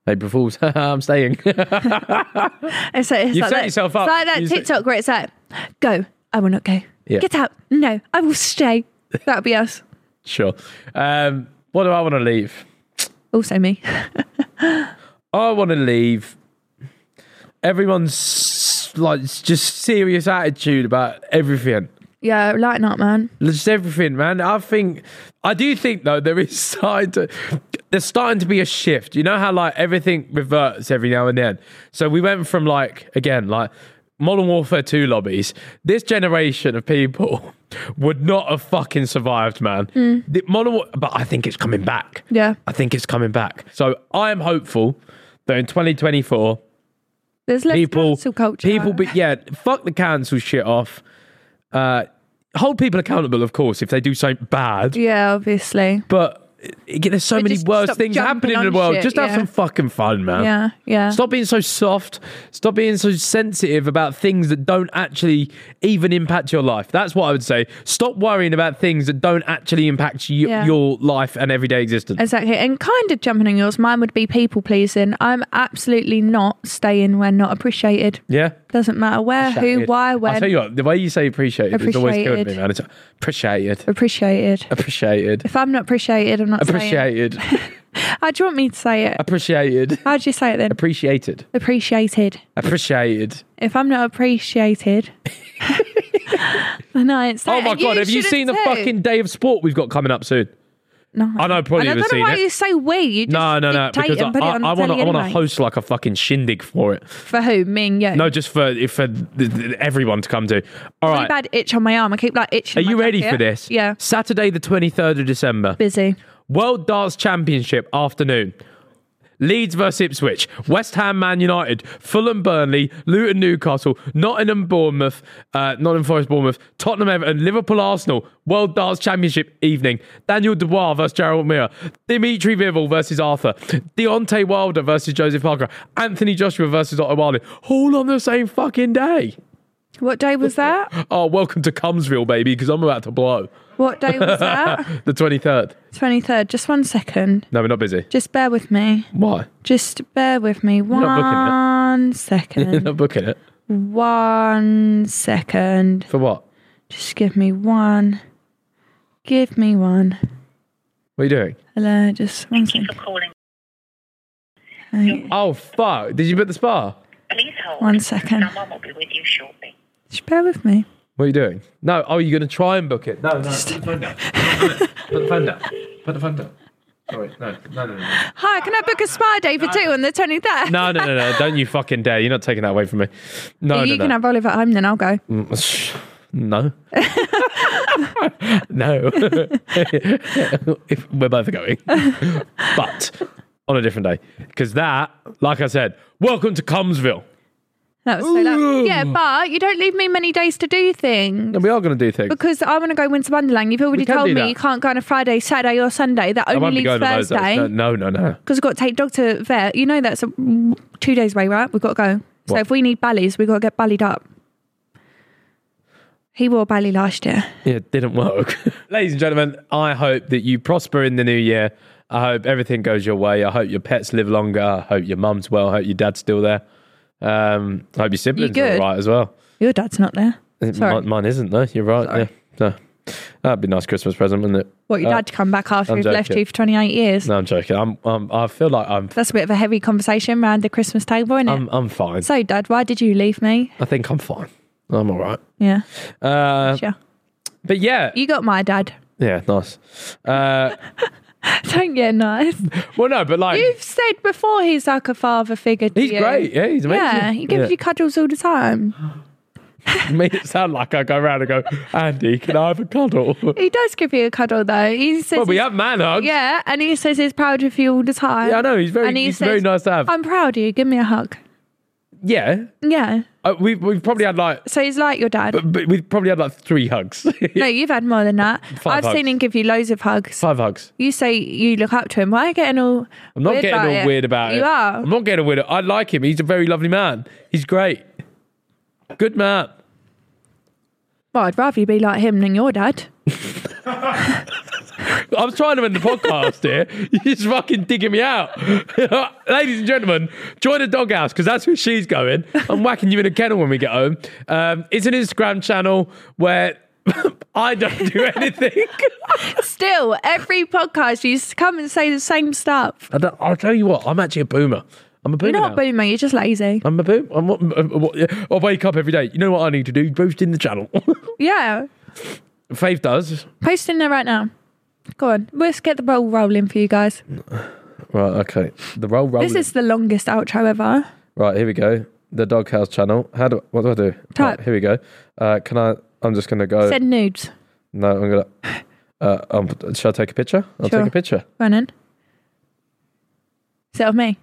Speaker 2: April Fool's. I'm staying.
Speaker 3: And so it's
Speaker 2: You've set
Speaker 3: like that,
Speaker 2: yourself up.
Speaker 3: It's like that
Speaker 2: You set-
Speaker 3: TikTok where it's like, "Go, I will not go.
Speaker 2: Yeah.
Speaker 3: Get out. No, I will stay." That'll be us.
Speaker 2: sure. Um, what do I want to leave?
Speaker 3: Also me.
Speaker 2: I want to leave everyone's s- like s- just serious attitude about everything.
Speaker 3: yeah, lighten up, man.
Speaker 2: Just everything, man. I think, I do think though, there is starting to, there's starting to be a shift. You know how like everything reverts every now and then. So we went from like again, like Modern Warfare Two lobbies. This generation of people would not have fucking survived, man. The Modern, War- but I think it's coming back.
Speaker 3: Yeah.
Speaker 2: I think it's coming back. So I am hopeful that in 2024
Speaker 3: There's less
Speaker 2: people
Speaker 3: cancel culture.
Speaker 2: people be yeah fuck the cancel shit off uh hold people accountable of course if they do something bad
Speaker 3: Yeah, obviously.
Speaker 2: but it- it- there's so
Speaker 3: But
Speaker 2: many
Speaker 3: just
Speaker 2: worse
Speaker 3: stop
Speaker 2: things
Speaker 3: jumping
Speaker 2: happening in
Speaker 3: on
Speaker 2: the world
Speaker 3: shit,
Speaker 2: just have
Speaker 3: yeah.
Speaker 2: some fucking fun man
Speaker 3: Yeah, yeah.
Speaker 2: Stop being so soft. Stop being so sensitive about things that don't actually even impact your life. That's what I would say. Stop worrying about things that don't actually impact y-
Speaker 3: Yeah.
Speaker 2: your life and everyday existence.
Speaker 3: Exactly. And kind of jumping on yours, mine would be people pleasing. I'm absolutely not staying when not appreciated.
Speaker 2: yeah.
Speaker 3: Doesn't matter where, who,
Speaker 2: Appreciated.
Speaker 3: why, when.
Speaker 2: I tell you what, the way you say appreciated, it's always killed me,
Speaker 3: Appreciated.
Speaker 2: man. It's appreciated,
Speaker 3: appreciated.
Speaker 2: appreciated,
Speaker 3: If I'm not appreciated, I'm not saying
Speaker 2: appreciated,
Speaker 3: it. How do you want me to say it?
Speaker 2: appreciated,
Speaker 3: How do you say it then?
Speaker 2: appreciated,
Speaker 3: Appreciated.
Speaker 2: appreciated.
Speaker 3: If I'm not appreciated, then I ain't
Speaker 2: Oh
Speaker 3: saying
Speaker 2: my
Speaker 3: it.
Speaker 2: god, have you
Speaker 3: shouldn't
Speaker 2: seen the
Speaker 3: too.
Speaker 2: fucking day of sport we've got coming up soon?
Speaker 3: No.
Speaker 2: I know probably
Speaker 3: And I
Speaker 2: you'd have
Speaker 3: don't know
Speaker 2: seen
Speaker 3: why
Speaker 2: it.
Speaker 3: you say we. You just
Speaker 2: No, no, no.
Speaker 3: dictate
Speaker 2: Because
Speaker 3: and put
Speaker 2: I,
Speaker 3: it on
Speaker 2: I
Speaker 3: the
Speaker 2: want to,
Speaker 3: telly
Speaker 2: I want to
Speaker 3: anyway.
Speaker 2: host like a fucking shindig for it.
Speaker 3: For who? Me and you.
Speaker 2: No, just for for th- th- everyone to come to. All
Speaker 3: Really
Speaker 2: right,
Speaker 3: bad itch on my arm. I keep like itching.
Speaker 2: are you
Speaker 3: my
Speaker 2: ready
Speaker 3: jacket.
Speaker 2: for this?
Speaker 3: Yeah.
Speaker 2: Saturday, the twenty third of December,
Speaker 3: Busy.
Speaker 2: World Darts Championship afternoon. Leeds versus Ipswich, West Ham, Man United, Fulham, Burnley, Luton, Newcastle, Nottingham, Bournemouth, uh, Nottingham Forest, Bournemouth, Tottenham, Everton, Liverpool, Arsenal, World Darts Championship evening, Daniel Dubois versus Gerald Muir, Dimitri Vival versus Arthur, Deontay Wilder versus Joseph Parker, Anthony Joshua versus Otto Wilding, all on the same fucking day.
Speaker 3: What day was that?
Speaker 2: Oh, welcome to Cumsville, baby, because I'm about to blow.
Speaker 3: What day was that?
Speaker 2: The 23rd.
Speaker 3: 23rd. Just one second.
Speaker 2: No, we're not busy.
Speaker 3: Just bear with me.
Speaker 2: Why?
Speaker 3: Just bear with me.
Speaker 2: not
Speaker 3: One
Speaker 2: You're
Speaker 3: second.
Speaker 2: not booking it.
Speaker 3: one second.
Speaker 2: For what?
Speaker 3: Just give me one. Give me one.
Speaker 2: What are you doing?
Speaker 3: Hello, just one second. Hey,
Speaker 2: Oh, fuck. Did you book the spa?
Speaker 3: one second. Just bear with me.
Speaker 2: What are you doing? No. Oh, you're going to try and book it. No, no. Put the phone down. Put the phone down. Put the phone down. Sorry. No, no, no, no.
Speaker 3: Hi, can I book a spa day for two on the 23rd?
Speaker 2: No, no, no, no. Don't you fucking dare. You're not taking that away from me. No,
Speaker 3: you
Speaker 2: no,
Speaker 3: can
Speaker 2: no.
Speaker 3: have Olive at home, then I'll go.
Speaker 2: No. no. if we're both going. but on a different day. Because that, like I said, welcome to Cumsville.
Speaker 3: That was so loud. Yeah, but you don't leave me many days to do things.
Speaker 2: And we are going to do things.
Speaker 3: Because I want to go Winter Wonderland. You've already
Speaker 2: can
Speaker 3: told
Speaker 2: do
Speaker 3: me
Speaker 2: that.
Speaker 3: you can't go on a Friday, Saturday, or Sunday. That
Speaker 2: I won't
Speaker 3: only
Speaker 2: be
Speaker 3: leaves
Speaker 2: going on those days.
Speaker 3: Thursday.
Speaker 2: No, no, no. no.
Speaker 3: Because we've got to take dog to vet. You know that's a, two days away, right? We've got to go. So
Speaker 2: What?
Speaker 3: if we need ballys, we've got to get ballied up. He wore a bally last year.
Speaker 2: Yeah, it didn't work. Ladies and gentlemen, I hope that you prosper in the new year. I hope everything goes your way. I hope your pets live longer. I hope your mum's well. I hope your dad's still there. Um, I hope your siblings are all
Speaker 3: good?
Speaker 2: right as well.
Speaker 3: Your dad's not there. Sorry.
Speaker 2: Mine, mine isn't though. You're right. Yeah. No. That'd be a nice Christmas present, wouldn't it?
Speaker 3: What, your
Speaker 2: Uh,
Speaker 3: dad to come back after
Speaker 2: I'm
Speaker 3: he's left
Speaker 2: joking.
Speaker 3: you for 28 years?
Speaker 2: No, I'm joking. I'm, I'm. I feel like I'm.
Speaker 3: That's a bit of a heavy conversation around the Christmas table, isn't it?
Speaker 2: I'm. I'm fine.
Speaker 3: so, Dad, why did you leave me?
Speaker 2: I think I'm fine. I'm all right.
Speaker 3: Yeah,
Speaker 2: Uh,
Speaker 3: sure.
Speaker 2: but yeah,
Speaker 3: You got my dad.
Speaker 2: yeah, nice. Uh,
Speaker 3: Don't get nice.
Speaker 2: well, no, but like
Speaker 3: You've said before he's like a father figure to
Speaker 2: he's
Speaker 3: you.
Speaker 2: great. Yeah, he's amazing.
Speaker 3: Yeah, he gives you cuddles all the time.
Speaker 2: made it sound like I go around and go, Andy, can I have a cuddle? well,
Speaker 3: He does give you a cuddle though. He says,
Speaker 2: we
Speaker 3: he's-
Speaker 2: have man hugs.
Speaker 3: yeah, and he says he's proud of you all the time.
Speaker 2: Um, Yeah, I know. He's very-
Speaker 3: And he "Oh."
Speaker 2: he's very nice to have.
Speaker 3: I'm proud of you. Give me a hug.
Speaker 2: Yeah.
Speaker 3: Yeah.
Speaker 2: Uh, we've, we've probably had like,
Speaker 3: So he's like your dad.
Speaker 2: but we've probably had like three hugs.
Speaker 3: no, you've had more than that.
Speaker 2: Five
Speaker 3: I've seen
Speaker 2: hugs.
Speaker 3: him give you loads of hugs.
Speaker 2: Five hugs.
Speaker 3: You say you look up to him. Why are you getting all?
Speaker 2: I'm not
Speaker 3: weird
Speaker 2: getting
Speaker 3: about
Speaker 2: all
Speaker 3: it?
Speaker 2: weird about
Speaker 3: You
Speaker 2: it.
Speaker 3: are.
Speaker 2: I'm not getting weird. I like him. He's a very lovely man. He's great. Good man.
Speaker 3: Well, I'd rather you be like him than your dad.
Speaker 2: I was trying to end the podcast here. You're just fucking digging me out. Ladies and gentlemen, join the doghouse because that's where she's going. I'm whacking you in a kennel when we get home. Um, it's an Instagram channel where I don't do anything.
Speaker 3: Still, every podcast you s- come and say the same stuff.
Speaker 2: I don't, I'll tell you what, I'm actually a boomer. I'm a boomer.
Speaker 3: You're not a
Speaker 2: now.
Speaker 3: boomer. You're just lazy.
Speaker 2: I'm a boom. I'm what, uh, what, yeah. I wake up every day. You know what I need to do? Boost in the channel.
Speaker 3: Yeah.
Speaker 2: Faith does.
Speaker 3: Post in there right now. Go on. Let's get the ball rolling for you guys.
Speaker 2: Right, okay. The roll roll.
Speaker 3: This is the longest outro ever.
Speaker 2: Right, here we go. The Doghouse channel. How do what do I do?
Speaker 3: Type.
Speaker 2: Right, here we go. Uh, can I? I'm just gonna go.
Speaker 3: Send nudes.
Speaker 2: no, I'm gonna. Uh, um, shall I take a picture? I'll
Speaker 3: Sure.
Speaker 2: take a picture.
Speaker 3: Ronan. Is it of me?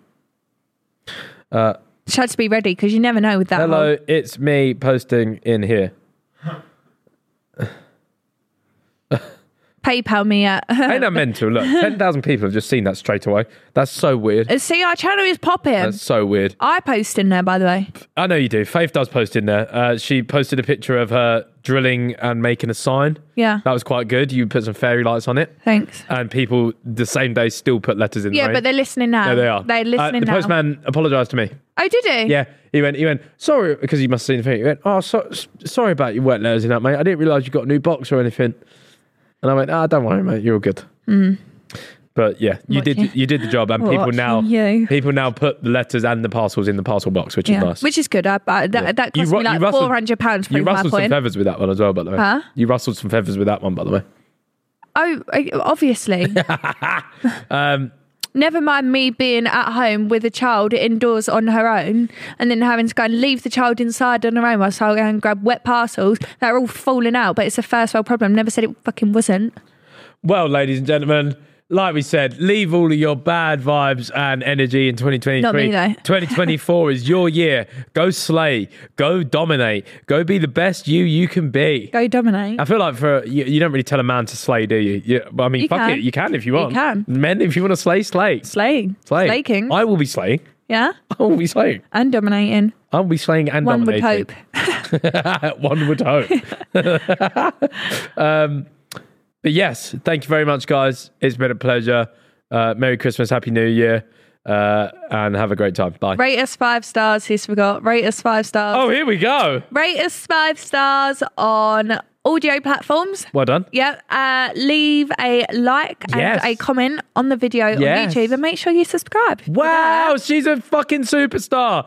Speaker 2: Uh,
Speaker 3: Just had to be ready because you never know with that.
Speaker 2: Hello,
Speaker 3: whole-
Speaker 2: it's me posting in here.
Speaker 3: PayPal me uh, at.
Speaker 2: Ain't that mental? Look, ten thousand people have just seen that straight away. That's so weird.
Speaker 3: See, our channel is popping.
Speaker 2: That's so weird.
Speaker 3: I post in there, by the way.
Speaker 2: I know you do. Faith does post in there. Uh, she posted a picture of her drilling and making a sign.
Speaker 3: Yeah.
Speaker 2: That was quite good. You put some fairy lights on it,
Speaker 3: Thanks.
Speaker 2: and people the same day still put letters in. the
Speaker 3: Yeah,
Speaker 2: rain.
Speaker 3: but they're listening now.
Speaker 2: No, they are.
Speaker 3: They're listening
Speaker 2: Uh, the
Speaker 3: now.
Speaker 2: postman apologised to me.
Speaker 3: Oh, did he?
Speaker 2: Yeah, he went. He went. Sorry, because he must have seen the thing. He went. Oh, so, s- sorry about your wet letters in that, mate. I didn't realise you got a new box or anything. And I went. Ah, don't worry, mate. You're all good.
Speaker 3: Mm-hmm.
Speaker 2: But yeah, you
Speaker 3: Watching.
Speaker 2: did. You did the job, and people
Speaker 3: Watching
Speaker 2: now
Speaker 3: you.
Speaker 2: people now put the letters and the parcels in the parcel box, which
Speaker 3: Yeah.
Speaker 2: is nice.
Speaker 3: Which is good. I, I, that,
Speaker 2: Yeah.
Speaker 3: that
Speaker 2: You
Speaker 3: cost
Speaker 2: ru-
Speaker 3: me
Speaker 2: you
Speaker 3: like
Speaker 2: rustled-
Speaker 3: four hundred pounds for
Speaker 2: You
Speaker 3: my
Speaker 2: rustled some
Speaker 3: point.
Speaker 2: feathers with that one as well, by the way.
Speaker 3: Huh?
Speaker 2: You rustled some feathers with that one, by the way.
Speaker 3: Oh, I- obviously.
Speaker 2: Um,
Speaker 3: Never mind me being at home with a child indoors on her own and then having to go and leave the child inside on her own whilst I go and grab wet parcels that are all falling out, but it's a first world problem. Never said it fucking wasn't.
Speaker 2: Well, ladies and gentlemen, like we said, leave all of your bad vibes and energy in 2023.
Speaker 3: Not me, though.
Speaker 2: 2024 is your year. Go slay, go dominate, go be the best you you can be.
Speaker 3: Go dominate.
Speaker 2: I feel like for you, you don't really tell a man to slay, do you? you but I mean,
Speaker 3: You
Speaker 2: fuck
Speaker 3: can.
Speaker 2: it, you can if you
Speaker 3: You
Speaker 2: want.
Speaker 3: can.
Speaker 2: men, if you want to slay, slay,
Speaker 3: Slaying.
Speaker 2: slay.
Speaker 3: Slaking.
Speaker 2: I will be slaying.
Speaker 3: yeah?
Speaker 2: I will be slaying.
Speaker 3: And dominating.
Speaker 2: I will be slaying and
Speaker 3: One would
Speaker 2: dominating.
Speaker 3: hope.
Speaker 2: One would hope. um, but yes, thank you very much, guys. It's been a pleasure. Uh, Merry Christmas, Happy New Year, uh, and have a great time. Bye.
Speaker 3: Rate us five stars. He's forgot. Rate us five stars.
Speaker 2: Oh, here we go.
Speaker 3: Rate us five stars on audio platforms.
Speaker 2: Well done.
Speaker 3: Yep. Uh, leave a like and
Speaker 2: Yes.
Speaker 3: a comment on the video
Speaker 2: Yes.
Speaker 3: on YouTube and make sure you subscribe.
Speaker 2: Wow, she's a fucking superstar.